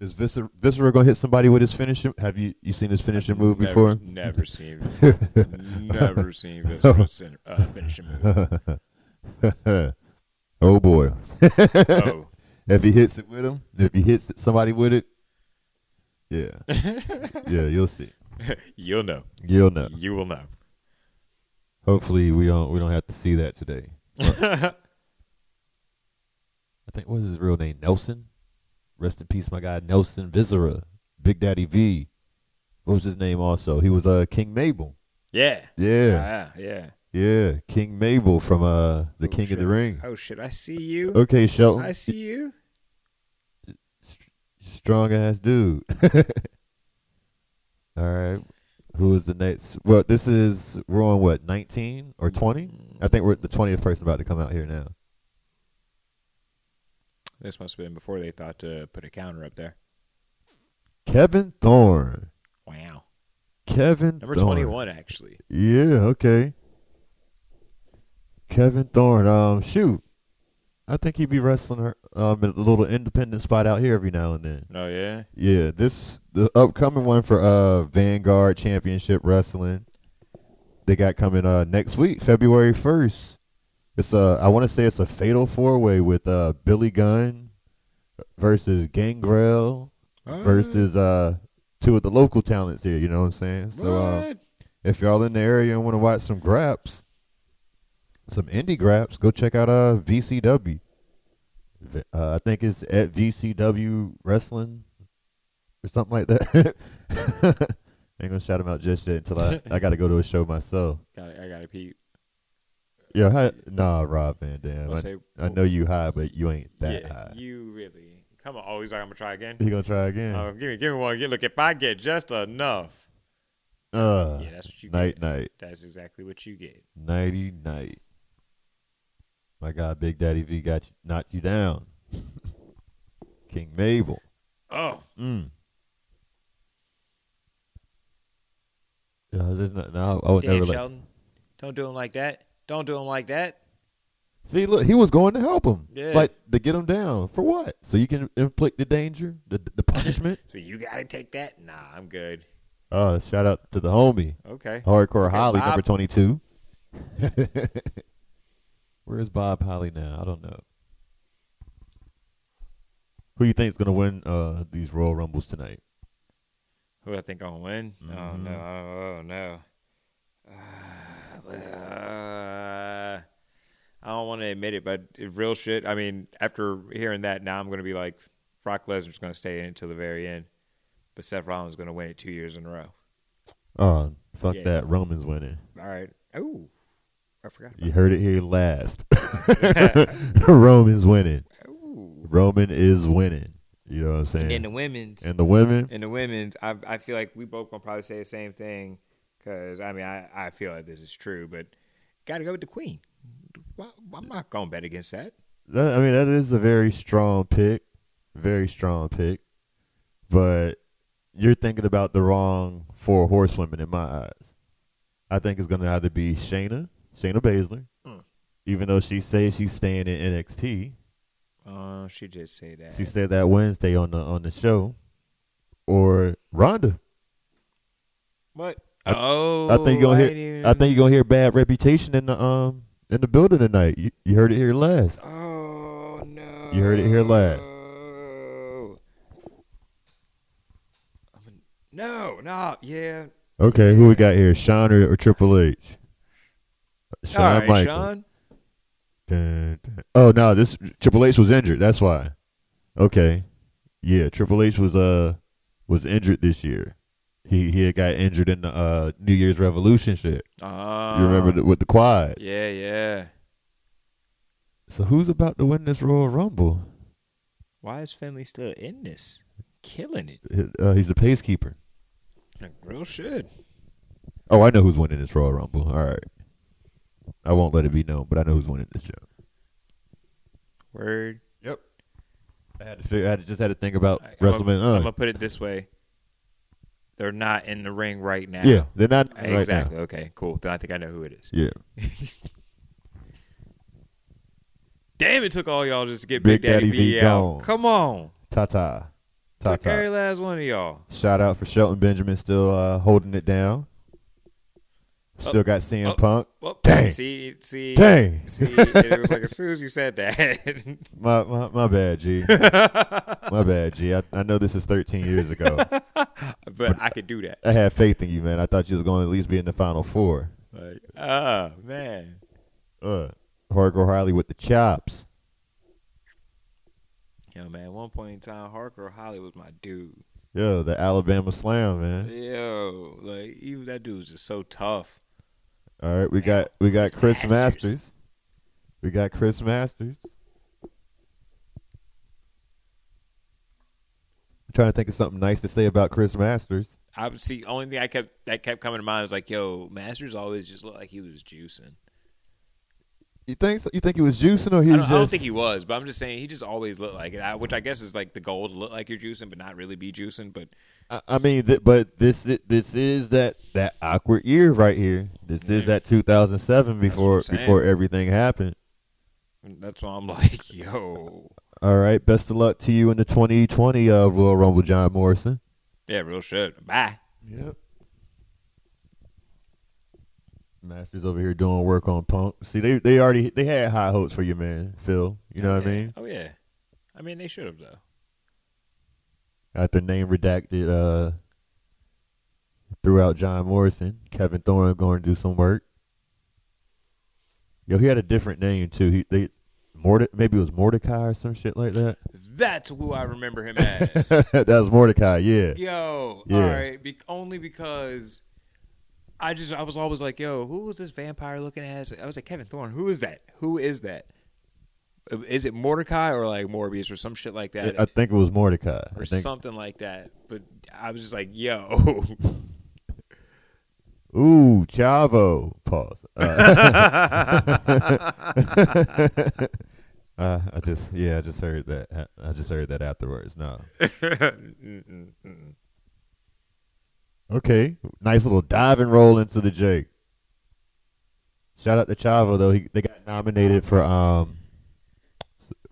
A: Is Viscera, Viscera gonna hit somebody with his finishing? Have you you seen his finishing move
B: Never-
A: before?
B: Never seen. never seen Viscera sin- uh, finish a move.
A: oh boy,
B: Oh,
A: If he hits it with him, if he hits somebody with it, yeah, yeah, you'll see,
B: you'll know.
A: you'll know.
B: You will know.
A: Hopefully, we don't we don't have to see that today. I think what is his real name? Nelson. Rest in peace, my guy Nelson Viscera, Big Daddy V. What was his name? Also, he was uh King Mabel.
B: Yeah.
A: Yeah,
B: Ah, yeah.
A: yeah, King Mabel from uh the King
B: shit.
A: of the Ring.
B: Oh shit! I see you.
A: Okay, Shelton,
B: I see you.
A: strong ass dude. All right. Who is the next? Well, this is we're on what nineteen or twenty?
B: Mm.
A: I think we're the twentieth person about to come out here now.
B: This must have been before they thought to put a counter up there.
A: Kevin Thorne.
B: Wow.
A: Kevin
B: Number
A: Thorne.
B: twenty-one, actually.
A: Yeah. Okay. Kevin Thorne. Um, shoot, I think he'd be wrestling her um in a little independent spot out here every now and then.
B: Oh yeah.
A: Yeah, this the upcoming one for uh Vanguard Championship Wrestling. They got coming uh next week, February first. It's uh I want to say it's a fatal four way with uh Billy Gunn versus Gangrel versus uh two of the local talents here. You know what I'm saying? So uh,
B: Oh, What?
A: if y'all in the area and want to watch some graps, some indie graps, go check out uh VCW. V- Uh, I think it's at VCW Wrestling or something like that. Ain't gonna shout him out just yet until I, I got to go to a show myself.
B: Gotta- I got to pee.
A: Yeah, hi, nah, Rob Van Dam.
B: I'll
A: I,
B: say-
A: I know you high, but you ain't that
B: yeah,
A: high.
B: you really come on. Oh, he's like, I'm gonna try again.
A: He gonna try again.
B: Oh, give me, give me one. Get- Look, if I get just enough,
A: Uh,
B: yeah, that's what you
A: night,
B: get.
A: night,
B: That's exactly what you get.
A: nighty, night. My God, Big Daddy V got you, knocked you down. King Mabel.
B: Oh,
A: Mm. No, there's not, no, I would
B: damn,
A: never let.
B: Sheldon, don't do him like that. Don't do him like that.
A: See, look, he was going to help him,
B: Yeah.
A: like to get him down for what? So you can inflict the danger, the the punishment.
B: So you gotta take that. Nah, I'm good.
A: uh, shout out to the homie.
B: Okay.
A: Hardcore
B: Okay,
A: Holly,
B: Bob.
A: number 22. Where is Bob Holly now? I don't know. Who you think's going to win uh, these Royal Rumbles tonight?
B: Who I think gonna win? Oh no! Oh, oh, no! Uh, I don't want to admit it, but it- real shit. I mean, after hearing that, now I'm gonna be like, Brock Lesnar's gonna stay in until the very end, but Seth Rollins gonna win it two years in a row.
A: Oh, fuck
B: Yeah.
A: that. Roman's winning.
B: All right. Oh, I forgot.
A: You heard it here last. Roman's winning.
B: Ooh.
A: Roman is winning. You know what I'm saying?
B: And then the women's.
A: And the women?
B: and the women's, I I feel like we both gonna probably say the same thing because I mean I, I feel like this is true, but gotta go with the queen. Well, I'm not gonna bet against that.
A: That, I mean, that is a very strong pick, very strong pick. But you're thinking about the wrong four horsewomen in my eyes. I think it's going to either be Shayna, Shayna Baszler, even though she says she's staying in NXT.
B: Oh, she did say that.
A: She said that Wednesday on the on the show, or Ronda.
B: what? oh,
A: I think you're gonna hear.
B: didn't
A: I think you're gonna hear bad reputation in the um in the building tonight. You, you heard it here last.
B: Oh no!
A: You heard it here last.
B: I'm a- No, no, yeah.
A: Okay, who we got here? Sean or, or Triple H? Shawn
B: All right,
A: Michaels.
B: Sean.
A: Dun, dun. Oh no, this Triple H was injured. That's why. Okay, yeah, Triple H was uh was injured this year. He he had got injured in the uh, New Year's Revolution shit.
B: Uh,
A: You remember the, with the quad.
B: Oh, Yeah, yeah.
A: So who's about to win this Royal Rumble?
B: Why is Finley still in this? Killing it.
A: Uh, he's the pacekeeper.
B: Like, Real shit.
A: Oh, I know who's winning this Royal Rumble. All right, I won't let it be known, but I know who's winning this show.
B: Word.
A: Yep. I had to figure. I had to, just had to think about
B: I- I'm gonna-
A: WrestleMania.
B: I'm
A: uh,
B: gonna put it this way: they're not in the ring right now.
A: yeah, they're not right now.
B: Exactly. Okay. Cool. Then I think I know who it is.
A: Yeah.
B: Damn, it took all y'all just to get
A: Big
B: Big, Daddy,
A: Daddy
B: V
A: V
B: out.
A: gone.
B: Come on.
A: Ta ta. Ta
B: Took
A: ta.
B: every last one of y'all.
A: Shout out for Shelton Benjamin still uh, holding it down. Still got CM
B: oh.
A: Punk.
B: Well,
A: Dang.
B: See, see,
A: Dang.
B: see. It was like as soon as you said that.
A: My my, my bad, G. my bad, G. I, I know this is 13 years ago.
B: but I could do that.
A: I had faith in you, man. I thought you was going to at least be in the final four.
B: Like, oh man,
A: Uh, Hardcore Harley with the chops.
B: yo man. At one point in time, Harker Holly was my dude.
A: Yo, the Alabama Slam, man.
B: Yo, like even that dude was just so tough.
A: All right, we got we got
B: Chris
A: Chris
B: Masters.
A: Masters. We got Chris Masters. I'm trying to think of something nice to say about Chris Masters.
B: I would see. Only thing I kept that kept coming to mind was like, yo, Masters always just looked like he was juicing.
A: You think so? You think he was juicing or he
B: I don't,
A: was just?
B: I don't think he was, but I'm just saying he just always looked like it. I, which I guess is like the goal to look like you're juicing, but not really be juicing. But
A: I, I mean, th- but this i- this is that that awkward year right here. This is that 2007 before
B: I'm saying.
A: before everything happened.
B: that's why I'm like, yo,
A: All right, best of luck to you in the 2020 uh, Royal Rumble, John Morrison.
B: yeah, real shit. Bye.
A: Yep. Masters over here doing work on Punk. See, they they already they had high hopes for you, man, Phil. You know what I
B: Yeah.
A: mean?
B: Oh yeah. I mean, they should have though.
A: After name redacted uh threw out John Morrison. Kevin Thorne going to do some work. Yo, he had a different name too. He they Morde- maybe it was Mordecai or some shit like that.
B: That's who I remember him as.
A: that was Mordecai, yeah.
B: yo,
A: Yeah.
B: all right, be- only because I just I was always like, yo, who was this vampire looking as? I was like Kevin Thorne. Who is that? Who is that? Uh, Is it Mordecai or like Morbius or some shit like that?
A: I think it was Mordecai. I
B: or
A: think-
B: something like that. But I was just like, yo,
A: Ooh, Chavo. Pause. Uh, uh, I just yeah, I just heard that. I just heard that afterwards. No. okay, nice little dive and roll into the Jake. Shout out to Chavo though. He they got nominated for um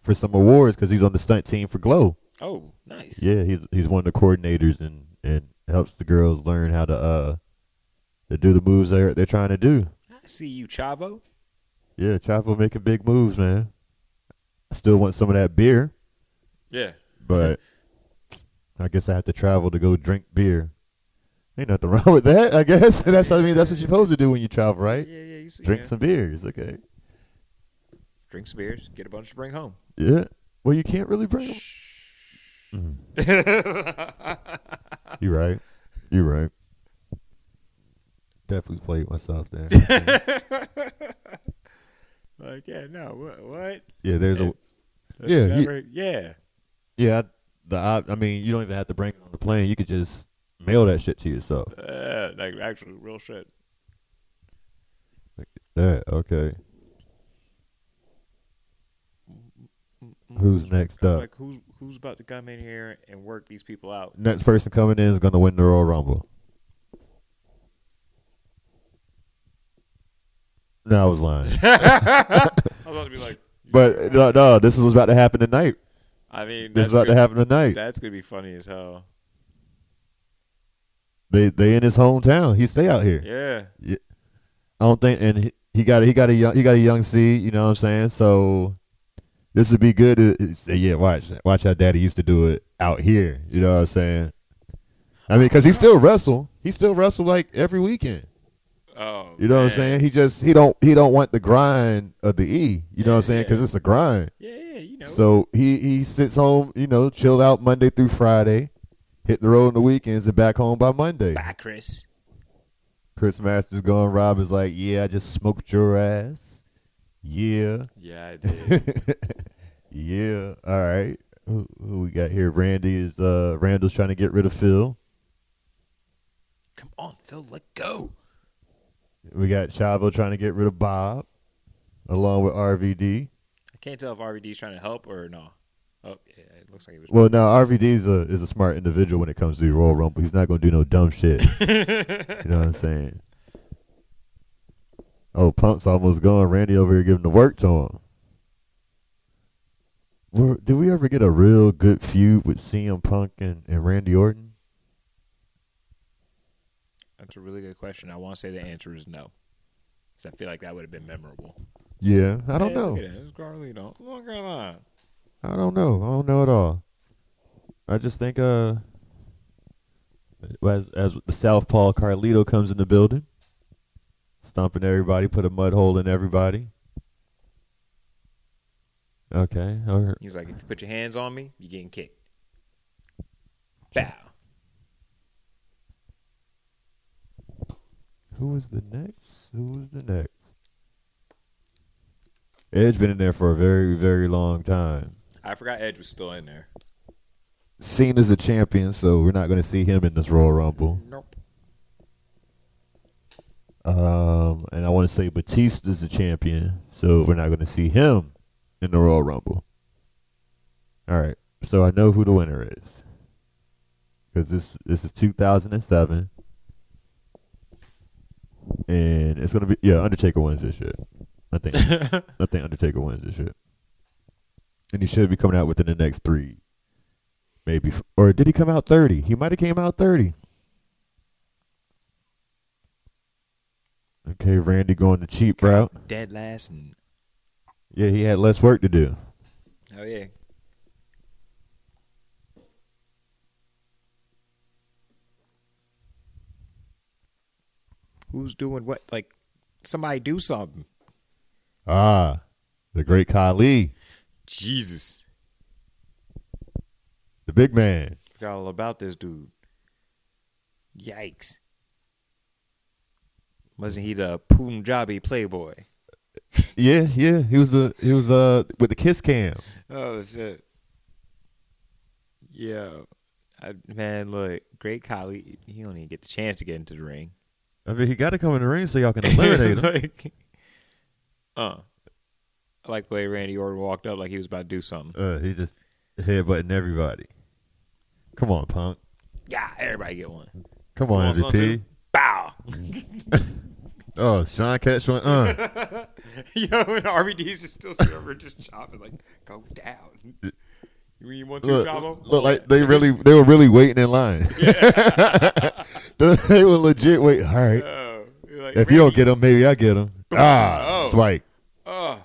A: for some awards because he's on the stunt team for Glow.
B: oh, nice.
A: Yeah, he's he's one of the coordinators and and helps the girls learn how to uh to do the moves they're they're trying to do.
B: I see you, Chavo.
A: Yeah, Chapo making big moves, man. I still want some of that beer,
B: Yeah.
A: but I guess I have to travel to go drink beer. Ain't nothing wrong with that, I guess. that's I mean, that's what you're supposed to do when you travel, right?
B: Yeah, yeah. You see,
A: Drink
B: yeah.
A: some beers, okay?
B: drink some beers, get a bunch to bring home.
A: Yeah. Well, you can't really bring 'em.
B: Mm.
A: You right. You right. Definitely played myself there.
B: like, yeah, no, what? what?
A: yeah, there's a
B: That's
A: Yeah, you-
B: never, yeah.
A: yeah. I- The op- I mean, you don't even have to bring it on the plane. You could just mail that shit to yourself.
B: Uh, like actually, real shit.
A: That okay. Who's next up?
B: Like, who's who's about to come in here and work these people out?
A: next person coming in is gonna win the Royal Rumble. No, I was lying.
B: I was about to be like,
A: but no, no, this is what's about to happen tonight.
B: I mean,
A: This
B: that's
A: is about
B: gonna,
A: to happen tonight.
B: That's gonna be funny as hell.
A: They they in his hometown. He stay out here.
B: Yeah,
A: I don't think, and he, he got he got a young, he got a young seed. You know what I'm saying? So this would be good. To, say, yeah, watch watch how Daddy used to do it out here. You know what I'm saying? I mean, because he still wrestle. He still wrestle like every weekend.
B: Oh,
A: You know what I'm saying? He just he don't he don't want the grind of the E. You know what I'm saying? Because it's a grind.
B: Yeah, yeah, you know.
A: So he he sits home, you know, chill out Monday through Friday, hit the road on the weekends, and back home by Monday.
B: Bye, Chris.
A: Chris Masters going. Rob is like, yeah, I just smoked your ass. Yeah,
B: Yeah, I did.
A: yeah. All right. Who, who we got here? Randy is uh Randall's trying to get rid of Phil.
B: Come on, Phil, let go.
A: We got Chavo trying to get rid of Bob, along with RVD.
B: I can't tell if RVD's trying to help or no. Oh, yeah, it looks like it was.
A: Well, no, RVD is a is a smart individual when it comes to the Royal Rumble. He's not going to do no dumb shit. you know what I'm saying? Oh, Punk's almost gone. Randy over here giving the work to him. Were, did we ever get a real good feud with CM Punk and, and Randy Orton?
B: That's a really good question. I want to say the answer is no. 'Cause I feel like that would have been memorable.
A: Yeah, I don't
B: Hey,
A: know.
B: Look at that. It's Carlito. Look at that.
A: I don't know. I don't know at all. I just think uh as as the Southpaw Carlito comes in the building, stomping everybody, put a mud hole in everybody. Okay. all right.
B: He's like, if you put your hands on me, you're getting kicked. Bow.
A: Who was the next? Who was the next? Edge been in there for a very, very long time.
B: I forgot Edge was still in there.
A: Cena's a champion, so we're not going to see him in this Royal Rumble.
B: Nope.
A: Um, and I want to say Batista's the champion, so we're not going to see him in the Royal Rumble. All right, so I know who the winner is because this this is 2007, and it's gonna be yeah Undertaker wins this shit. I think I think Undertaker wins this shit, and he should be coming out within the next three, maybe f- or did he come out 30? He might have came out 30. Okay, Randy going the cheap route.
B: Dead last. And,
A: Yeah, he had less work to do.
B: oh, yeah. who's doing what. Like somebody do something.
A: Ah, the great Kali,
B: Jesus,
A: the big man.
B: forgot all about this dude. Yikes! Wasn't he the Punjabi playboy?
A: Yeah, yeah. He was the he was uh with the kiss cam.
B: Oh shit. Yeah. I, man, look, great Kylie, he don't even get the chance to get into the ring.
A: I mean, he got to come in the ring so y'all can eliminate him.
B: like, uh, I like the way Randy Orton walked up like he was about to do something.
A: Uh, he just headbutting everybody. Come on, punk.
B: Yeah, everybody get one.
A: Come on,
B: Want some
A: MVP.
B: too? Bow.
A: Oh, Sean Catch one. Uh,
B: Yo, and RVD's just still sitting over just chopping like, go down. You mean you want to
A: look,
B: Chavo?
A: look like they really they were really waiting in line. they were legit wait. All right,
B: Oh, you're like,
A: if you don't
B: Randy,
A: get him, maybe I get him. Ah,
B: Oh.
A: swipe.
B: oh,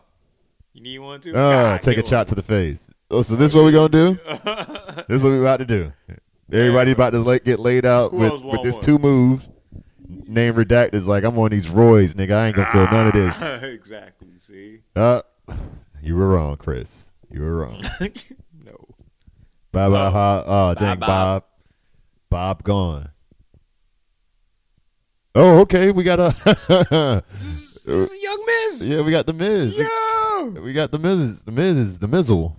B: you need one too?
A: Ah,
B: God,
A: take a
B: get one.
A: shot to the face. Oh, so this is what we're gonna do. This is what we're about to do. Everybody about to la- get laid out
B: Who
A: with
B: else
A: with
B: want
A: this
B: one?
A: two moves. Name redacted is like I'm on these roids, nigga. I ain't gonna feel none of this.
B: exactly. See,
A: Uh, you were wrong, Chris. You were wrong.
B: no.
A: Uh, Bye bye.
B: Bob.
A: Ho- oh, dang,
B: Bob.
A: Bob. Bob gone. Oh, okay. We got a.
B: This is, this is a young Miz.
A: yeah, we got the Miz.
B: Yo.
A: We got the Miz. The Miz is the Mizzle.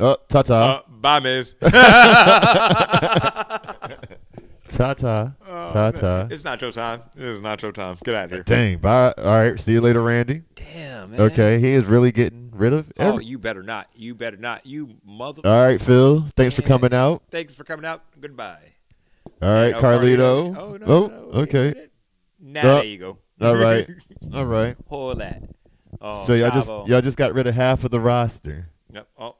A: Oh, ta
B: Uh,
A: ta.
B: bye, Miz.
A: Ta ta. Ta ta.
B: it's nacho time. This is nacho time. Get out of here.
A: Dang. Bye. All right. See you later, Randy.
B: Damn, man.
A: Okay. He is really getting rid of
B: Oh,
A: every.
B: you better not. You better not. You mother.
A: All right, Phil. Thanks for
B: Yeah.
A: coming out.
B: Thanks for coming out. Goodbye.
A: All right,
B: No,
A: Carlito.
B: Oh, no,
A: Oh,
B: no,
A: okay.
B: Now
A: Uh,
B: there you go.
A: All right. All right.
B: Hold that. Oh,
A: So y'all just
B: Chavo.
A: y'all just got rid of half of the roster.
B: Yep. Oh,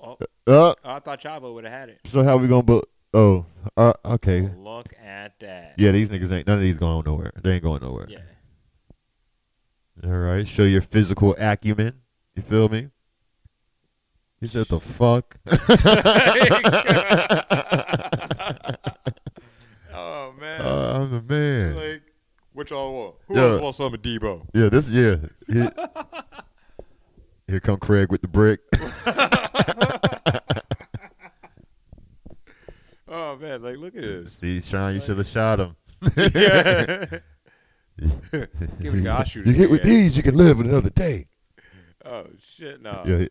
B: oh,
A: Oh,
B: I thought Chavo would have had it.
A: So how we gonna book? Oh, uh, okay.
B: Look at that.
A: Yeah, these niggas ain't none of these going nowhere. They ain't going nowhere.
B: Yeah.
A: All right, show your physical acumen. You feel me? He said the fuck.
B: Oh man.
A: Uh, I'm the man.
B: like, what y'all want? Who
A: Yeah.
B: else wants some of Debo?
A: Yeah, this yeah. He- Here come Craig with the brick.
B: Oh man, like look at this.
A: See, Sean, you should have shot him.
B: Give it a shot.
A: You hit with these, you can live another day.
B: Oh shit, no.
A: Yeah. he-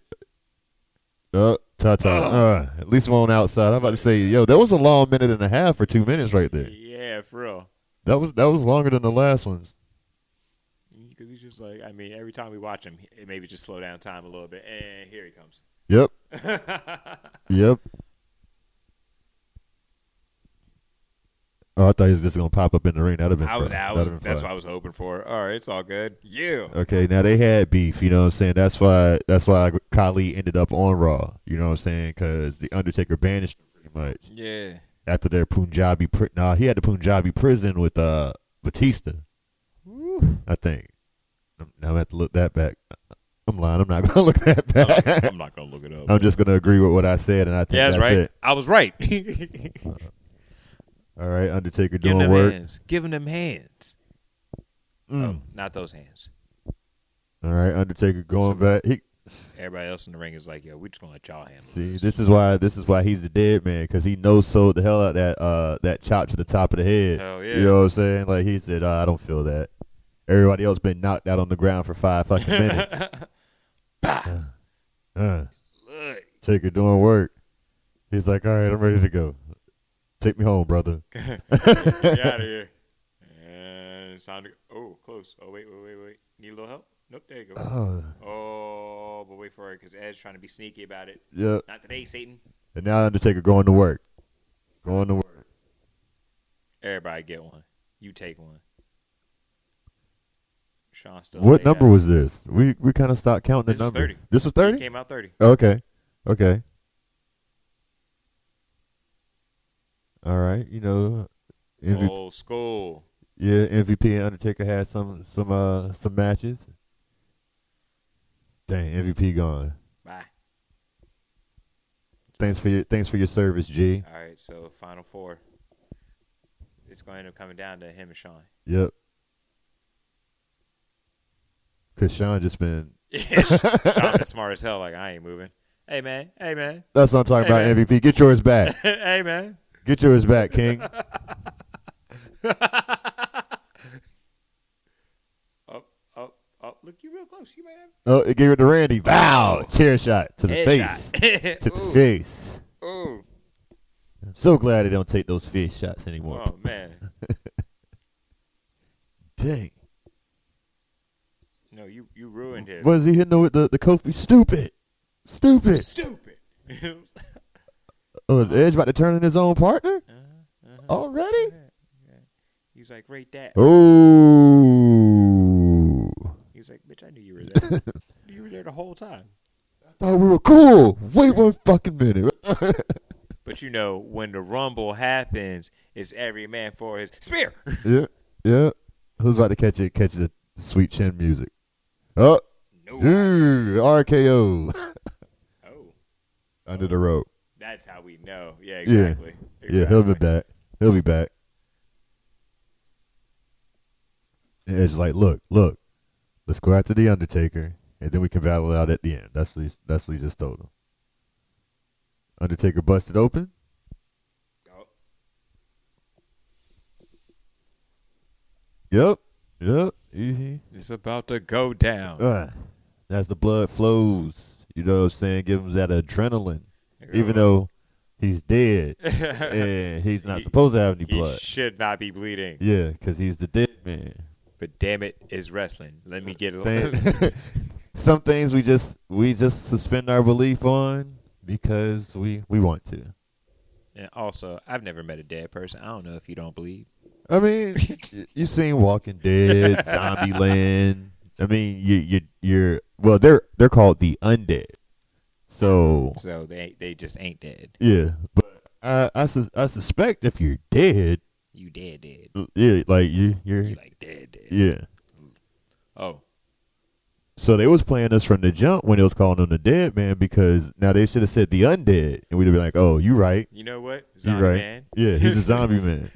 A: Uh, ta ta. Uh, at least one outside. I'm about to say, yo, that was a long minute and a half or two minutes right there.
B: Yeah, for real.
A: That was that was longer than the last ones.
B: Because he's just like, I mean, every time we watch him, it maybe just slow down time a little bit. And here he comes.
A: Yep. yep. Oh, I thought he was just gonna pop up in the ring. That'd have been
B: I
A: fun.
B: was, that
A: That'd
B: was,
A: have been
B: that's
A: fun.
B: what I was hoping for. All right, it's all good. Yeah.
A: Okay, now they had beef. You know what I'm saying? That's why that's why Kylie ended up on Raw. You know what I'm saying? Because the Undertaker banished him pretty much
B: Yeah.
A: after their Punjabi. Pri- nah, he had the Punjabi prison with uh Batista. I think. I'm, I'm gonna have to look that back. I'm lying. I'm not gonna look that back.
B: I'm not going to look it up.
A: I'm just gonna agree with what I said, and I think
B: yeah, that's,
A: that's
B: right.
A: it.
B: I was right.
A: All right, Undertaker
B: Giving them
A: doing work.
B: hands. Giving them hands.
A: Mm.
B: Oh, not those hands.
A: All right, Undertaker going back. He
B: Everybody else in the ring is like, yo, we just going to let y'all handle
A: see.
B: this.
A: This is why. This is why he's the dead man because he no sold the hell out that uh that chop to the top of the head.
B: Hell yeah.
A: You know what I'm saying? Like he said, "Ah, I don't feel that. Everybody else been knocked out on the ground for five fucking minutes. uh, uh,
B: Look.
A: Taker doing work. He's like, all right, I'm ready to go. Take me home, brother.
B: Get out of here. And it's time to go. Oh, close. Oh, wait, wait, wait, wait. Need a little help? Nope, there you go.
A: Oh,
B: Oh, but wait for it because Ed's trying to be sneaky about it.
A: yeah.
B: Not today, Satan.
A: And now Undertaker going to work. Going to work.
B: Everybody get one. You take one. Sean still.
A: What
B: laid
A: number
B: out.
A: was this? We we kind of stopped counting the
B: This is
A: number.
B: 30.
A: This was
B: He
A: thirty.
B: came out 30.
A: Okay. Okay. All right. You know, MV-
B: Old Oh, school.
A: yeah, MVP and Undertaker had some some uh some matches. Dang, MVP gone.
B: Bye.
A: Thanks for your thanks for your service, G.
B: All right, so final four. It's going to end up coming down to him and Sean.
A: Yep. Cause Sean just been.
B: Yeah, Sean is smart as hell. Like I ain't moving. Hey man, hey man,
A: That's what I'm talking
B: Hey,
A: about. MVP, get yours back.
B: hey man.
A: Get yours back, King.
B: Up, up, up. Look, you real close. You may have
A: Oh, it gave it to Randy. Wow, chair shot to the face.
B: Headshot.
A: To the
B: Ooh,
A: face.
B: ooh.
A: I'm so glad they don't take those face shots anymore.
B: Oh man.
A: Dang.
B: No, you you ruined it.
A: Was he hitting it with the the Kofi? Stupid. Stupid.
B: Stupid.
A: Oh, is Edge about to turn in his own partner already?
B: He's like, rate that.
A: Oh.
B: He's like, bitch, I knew you were there. you were there the whole time.
A: Thought we were cool. Wait one fucking minute.
B: But you know, when the rumble happens, it's every man for his spear.
A: yeah, yeah. Who's about to catch it? Catch the sweet chin music. Oh,
B: no.
A: ooh, RKO
B: Oh,
A: under the rope.
B: that's how we know. Yeah, exactly.
A: Yeah, he'll be
B: Exactly.
A: back. He'll be back. And Edge is like, look, look, let's go after the Undertaker, and then we can battle it out at the end. That's what he, that's what he just told him. Undertaker busted open.
B: Oh,
A: Yep, yep. hmm
B: it's about to go down.
A: Uh, as the blood flows, you know what I'm saying? Give him that adrenaline.
B: oh,
A: Even though he's dead and he's not
B: He-
A: supposed to have any
B: he
A: blood.
B: should not be bleeding.
A: Yeah, because he's the dead man.
B: But damn it, it's wrestling. Let me get a little.
A: Thing- Some things we just we just suspend our belief on because we we want to.
B: and also, I've never met a dead person. I don't know if you don't believe.
A: I mean, y- you seen Walking Dead, Zombieland. I mean, you you you're well, they're they're called the undead. So
B: So they they just ain't dead.
A: Yeah, but I I, sus- I suspect if you're dead,
B: You dead dead.
A: l- yeah, like you you're
B: You like dead dead.
A: yeah.
B: Oh,
A: So they was playing us from the jump when it was calling them the dead man because now they should have said the undead and we'd have been like, oh, you right,
B: you know what?
A: you
B: Zombie
A: right,
B: man.
A: yeah, he's a zombie man.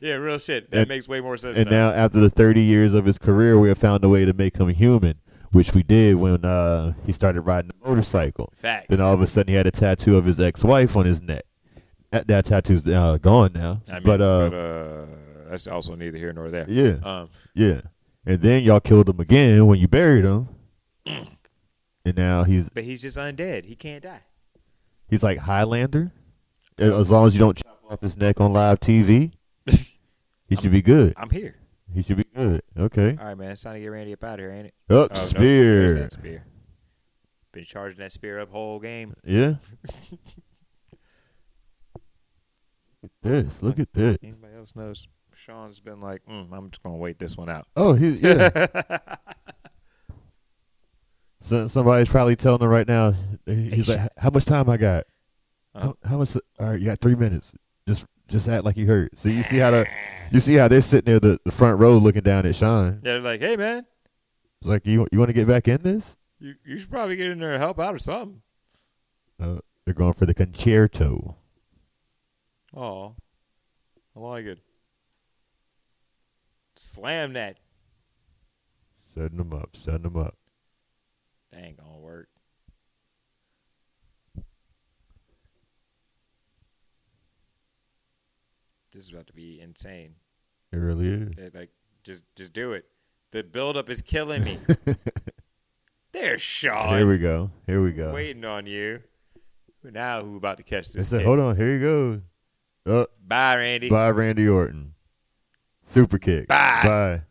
B: yeah, real shit. That
A: And-
B: makes way more sense.
A: And now after the 30 years of his career, we have found a way to make him human, which we did when uh he started riding a motorcycle.
B: facts.
A: Then all of a sudden he had a tattoo of his ex-wife on his neck. That, that tattoo's uh, gone now,
B: I mean,
A: but uh,
B: that's also neither here nor there.
A: yeah.
B: Um,
A: Yeah. And then y'all killed him again when you buried him. and now he's
B: but he's just undead. He can't die.
A: he's like Highlander. As long as you don't chop off his neck on live TV, he should be good.
B: I'm here.
A: He should be good. Okay.
B: All right, man. It's time to get Randy up out of here, ain't it?
A: Up
B: Oh, no, there's
A: spear.
B: that spear. Been charging that spear up whole game.
A: yeah. Look at this. Look at this.
B: Anybody else knows? Sean's been like, mm, I'm just gonna wait this one out.
A: Oh, he, yeah. so, somebody's probably telling him right now. He's like, "How much time I got? How, how much? All right, you got three minutes. Just, just act like you heard." So you see how the, you see how they're sitting there the, the front row looking down at Sean.
B: They're like, hey, man,
A: It's like, you you want to get back in this?
B: you you should probably get in there and help out or something.
A: Uh, they're going for the concerto.
B: Oh, I like it. Slam that.
A: Setting them up. Setting them up.
B: That ain't gonna work. This is about to be insane.
A: It really is.
B: They're like, just just do it. The buildup is killing me. There's Sean
A: Here we go. Here we go.
B: waiting on you. Now who about to catch
A: It's
B: this?
A: like,
B: kid?
A: hold on. Here you go. Oh,
B: Bye, Randy.
A: By Randy Orton. Super kick.
B: Bye.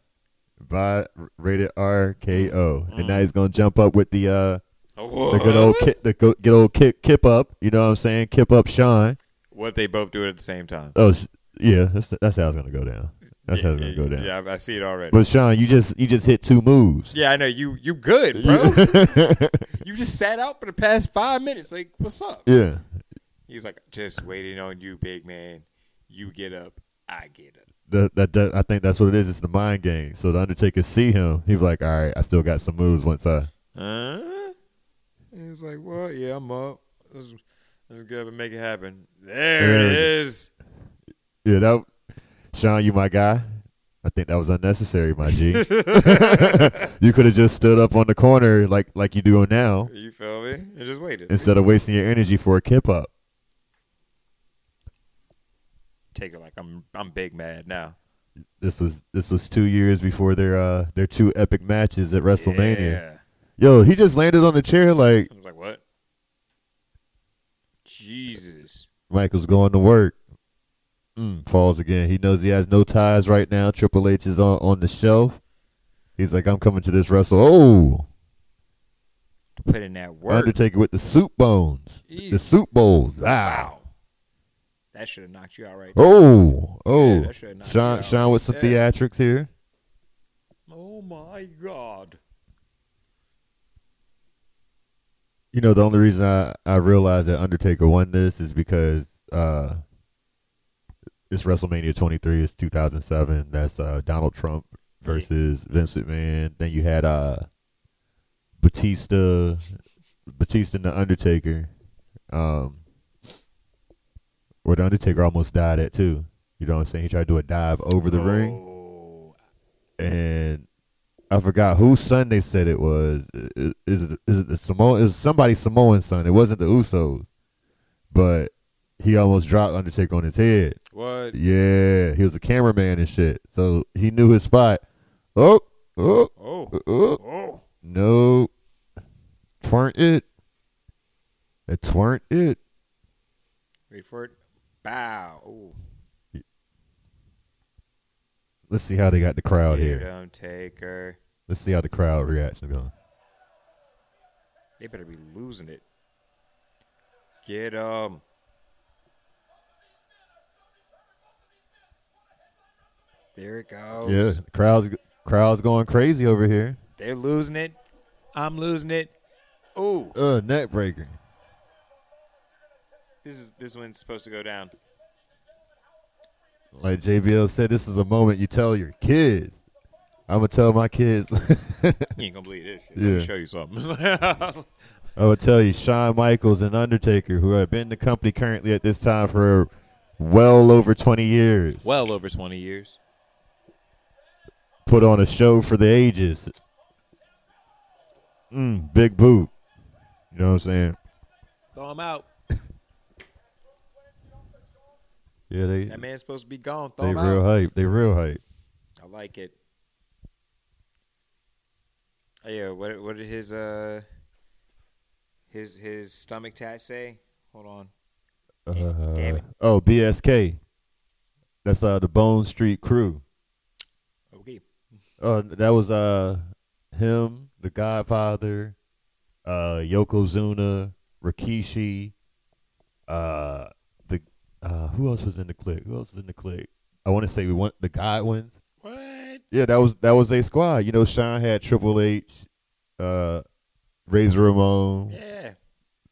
A: By rated R K O. And now he's gonna jump up with the uh
B: Oh,
A: the good old
B: Mm. What?
A: ki- the go- good old kick kip up. You know what I'm saying? Kip up Sean.
B: What if they both do it at the same time?
A: Oh s- yeah, that's that's how it's gonna go down. That's how it's
B: yeah,
A: gonna go down.
B: Yeah, I- I see it already.
A: But Sean, you just you just hit two moves.
B: yeah, I know you. You good, bro? you just sat out for the past five minutes. Like, what's up?
A: yeah.
B: He's like, just waiting on you, big man. You get up, I get up.
A: That, that, that- I think that's what it is. It's the mind game. So the Undertaker see him. He's like, all right, I still got some moves once I.
B: Huh? And he's like, well, yeah, I'm up. Let's, let's get up and make it happen. There
A: There
B: it
A: it
B: is.
A: Yeah, that. Sean, you my guy. I think that was unnecessary, my G. you could have just stood up on the corner like like you do now
B: You feel me? And just waited.
A: instead of wasting your energy for a kip up.
B: Take it like I'm I'm big mad now.
A: This was this was two years before their uh their two epic matches at WrestleMania.
B: Yeah.
A: Yo, he just landed on the chair like
B: I was like, what? Jesus.
A: Michael's going to work. Mm, falls again. He knows he has no ties right now. Triple H is on, on the shelf. He's like, I'm coming to this wrestle. Oh,
B: Put in that work.
A: Undertaker with the soup bones, the
B: Jesus.
A: soup bowls. Wow.
B: Wow. That should have knocked you out right there.
A: Oh, oh.
B: Yeah, that should've knocked you
A: Sean,
B: out
A: Sean
B: right
A: with some
B: there.
A: theatrics here.
B: Oh my God.
A: You know, the only reason I I realized that Undertaker won this is because uh, it's WrestleMania 23. It's 2007. That's uh, Donald Trump versus Vince McMahon. Then you had uh, Batista, Batista and the Undertaker, um, where the Undertaker almost died at too. You know what I'm saying? He tried to do a dive over the ring.
B: Oh,
A: and I forgot whose son they said it was. I- i- Is it, is it the Samoan? Is somebody Samoan's son? It wasn't the Usos, but he almost dropped Undertaker on his head.
B: What?
A: Yeah, he was a cameraman and shit, so he knew his spot. Oh, oh,
B: Oh.
A: oh,
B: Oh.
A: no, twernt it. It twernt it.
B: Wait for it. Bow. Oh.
A: Let's see how they got the crowd
B: Here
A: here.
B: don't take her.
A: Let's see how the crowd reaction going.
B: They better be losing it. Get 'em. There it goes.
A: Yeah, the crowds crowds going crazy over here.
B: They're losing it. I'm losing it. Ooh.
A: Uh, neck breaker.
B: This is this one's supposed to go down.
A: Like JBL said, this is a moment you tell your kids. I'm gonna tell my kids. I'm
B: You ain't gonna believe this. Shit.
A: Yeah.
B: Let me show you something.
A: gonna tell you, Shawn Michaels and Undertaker, who have been in the company currently at this time for well over 20 years,
B: well over 20 years.
A: put on a show for the ages. Mm, big boot. You know what I'm saying?
B: Throw him out.
A: Yeah, they
B: That man's supposed to be gone. Throw
A: they
B: him
A: real
B: out.
A: hype. They real hype.
B: I like it. Oh, yeah. What what did his uh his his stomach tat say? Hold on. damn
A: Uh,
B: it.
A: oh, BSK. That's uh the Bone Street Crew.
B: Okay.
A: Uh, that was uh him, The Godfather, uh Yokozuna, Rikishi, uh the uh who else was in the clique? Who else was in the clique? I want to say we want the Godwins.
B: What?
A: Yeah, that was that was a squad. You know, Sean had Triple H, uh Razor Ramon,
B: Yeah.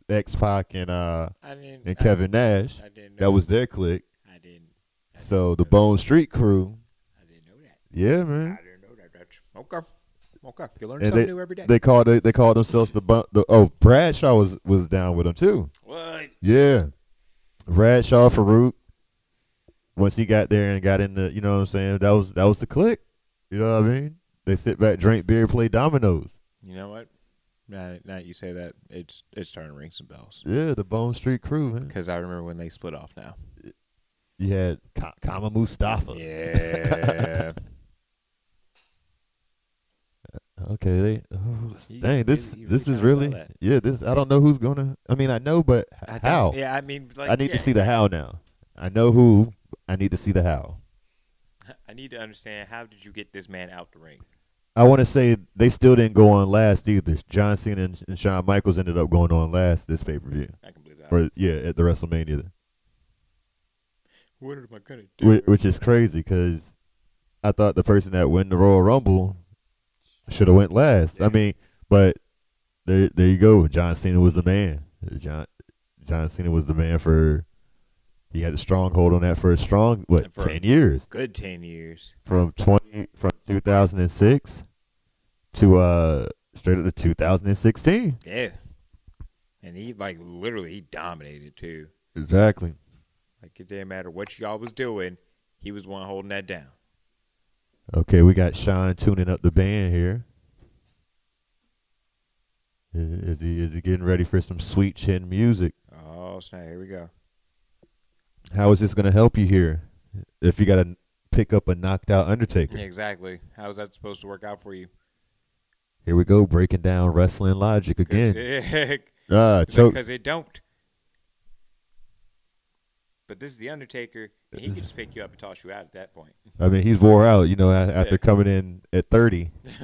A: X Pac, and uh
B: I didn't.
A: and Kevin Nash.
B: I, I didn't. Know
A: That was their clique.
B: I didn't. I didn't
A: So the
B: know that.
A: Bone Street Crew.
B: I didn't know that.
A: Yeah, man.
B: I didn't know that. That's okay. Okay. You learn
A: And
B: something
A: they-
B: new every day.
A: They called they, they called themselves the, bu- the oh Bradshaw was was down with them too.
B: what?
A: Yeah. Bradshaw Farouk. Once he got there and got in the you know what I'm saying, that was that was the click. You know what I mean? They sit back, drink beer, play dominoes.
B: You know what? Now, now that you say that, it's it's starting to ring some bells.
A: Yeah, the Bone Street crew, man.
B: Because I remember when they split off now.
A: You had Ka- Kama Mustafa.
B: Yeah.
A: Okay, they oh,
B: You-
A: dang this
B: you- you
A: this
B: really kinda
A: is
B: saw
A: really
B: that.
A: yeah this I don't know who's gonna I mean I know but h-
B: I don't-
A: how
B: Yeah, I mean, like,
A: I need
B: yeah,
A: to see the how now I know who I need to see the how
B: I need to understand how did you get this man out the ring?
A: I want to say they still didn't go on last either. John Cena and, and Shawn Michaels ended up going on last this pay per view,
B: I can believe that.
A: or yeah, at the WrestleMania,
B: What am I gonna do?
A: which, which is crazy because I thought the person that won the Royal Rumble should have went last. I
B: Yeah.
A: mean, but there there you go. John Cena was the man. John John Cena was the man for he had a stronghold on that for a strong what
B: And for-
A: ten years
B: Good ten years.
A: from twenty from two thousand and six to uh straight up to two thousand and sixteen.
B: Yeah. And he like literally he dominated too.
A: Exactly.
B: Like it didn't matter what y'all was doing, he was the one holding that down.
A: Okay, we got Sean tuning up the band here. Is, is he is he getting ready for some sweet chin music?
B: Oh snap! Here we go.
A: How is this going to help you here? If you got to pick up a knocked out Undertaker,
B: Yeah, exactly. How is that supposed to work out for you?
A: here we go breaking down wrestling logic again.
B: Because
A: Ah, choke.
B: because it don't. But this is the Undertaker, and he could just pick you up and toss you out at that point.
A: I mean, he's wore out. You know, a- after
B: Yeah.
A: coming in at thirty.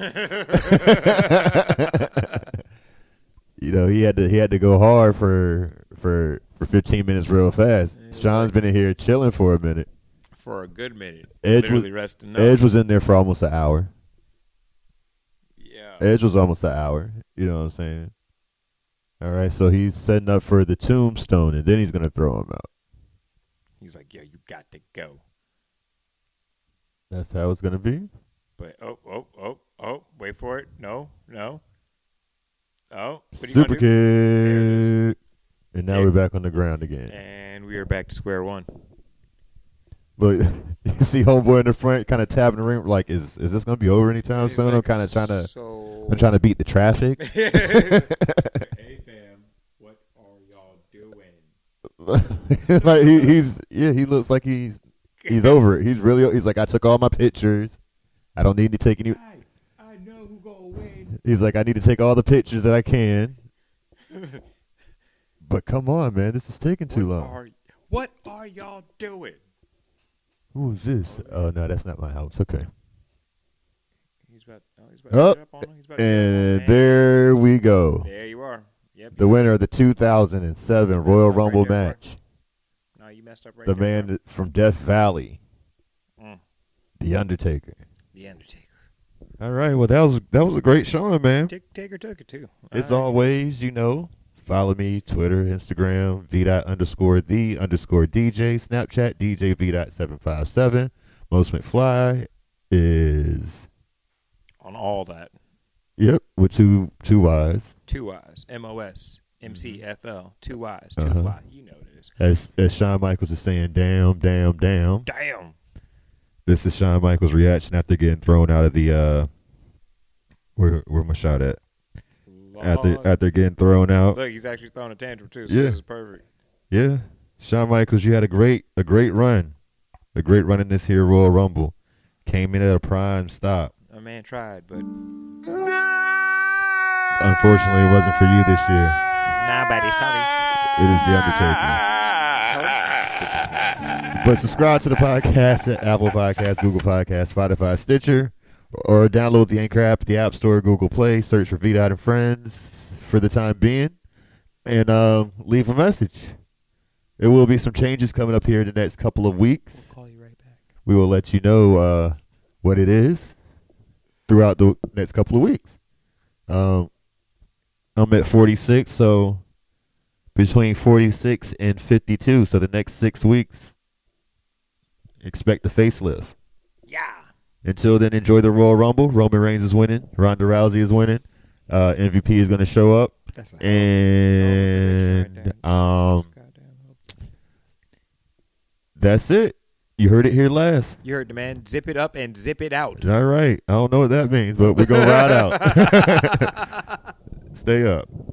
A: you know, he had to he had to go hard for for for fifteen minutes real fast. Sean's been in here chilling for a minute.
B: for a good minute.
A: Edge
B: literally
A: was-
B: resting up.
A: Edge was in there for almost an hour.
B: yeah.
A: Edge was almost an hour. You know what I'm saying? All right, so he's setting up for the tombstone, and then he's gonna throw him out.
B: He's like, yo, you got to go.
A: That's how it's gonna be.
B: But oh, oh, oh, oh, wait for it. No, no. Oh, what do you
A: Super
B: gonna do? There
A: kick, and now
B: Yeah.
A: we're back on the ground again.
B: And we are back to square one.
A: Look, you see homeboy in the front, kind of tapping the ring, like, is is this gonna be over anytime soon? I'm kind of trying to,
B: So...
A: I'm trying to beat the traffic.
B: hey fam, what are y'all doing?
A: like he, he's, yeah, he looks like he's he's over it. He's really, he's like, I took all my pictures. I don't need to take any.
B: I, I know who gonna win.
A: He's like, I need to take all the pictures that I can. But come on, man, this is taking too
B: What
A: long.
B: are, what are y'all doing?
A: Who is this? Oh no, that's not my house. Okay.
B: He's about, oh, he's about
A: Oh,
B: to get up on him. He's about to
A: and
B: get up on him.
A: there we go.
B: There you are. Yep.
A: The winner of the 2007 Royal
B: up right
A: Rumble
B: there, bro.
A: match.
B: No, you messed up right
A: the
B: there,
A: man
B: bro.
A: that- from Death Valley,
B: Mm.
A: The Undertaker.
B: The Undertaker.
A: All right, well that was that was a great showing, man.
B: Tick Taker took it too.
A: As
B: Alright.
A: always, you know, follow me Twitter, Instagram, v dot underscore the underscore DJ, Snapchat DJ v dot seven five seven. Most McFly is
B: on all that.
A: yep with two two Y's.
B: Two eyes. M O S. M C F L. Two eyes. 2
A: Uh-huh.
B: fly. You know this.
A: As as Shawn Michaels is saying, damn, damn, damn.
B: Damn.
A: This is Shawn Michaels' reaction after getting thrown out of the uh. Where where my shot at? After
B: Lord.
A: after getting thrown out.
B: Look, he's actually throwing a tantrum too. So
A: Yeah.
B: This is perfect.
A: Yeah, Shawn Michaels, you had a great a great run, a great run in this here Royal Rumble. Came in at a prime stop.
B: A man tried, but
A: Unfortunately, it wasn't for you this year.
B: nobody sorry.
A: It is the Undertaker. But subscribe to the podcast at Apple Podcasts, Google Podcasts, Spotify, Stitcher, or download the Anchor app at the App Store, Google Play. Search for V Dot and Friends for the time being, and um, leave a message. There will be some changes coming up here in the next couple of weeks.
B: Call you right back.
A: we will let you know uh, what it is throughout the next couple of weeks. Um, I'm at 46, so between 46 and 52, so the next six weeks, expect the facelift.
B: Yeah.
A: Until then, enjoy the Royal Rumble. Roman Reigns is winning. Ronda Rousey is winning. Uh, MVP is going to show up,
B: That's a
A: and um, that's it. You heard it here last.
B: You heard the man. Zip it up and zip it out.
A: All right. I don't know what that means, but we're going to ride out. Stay up.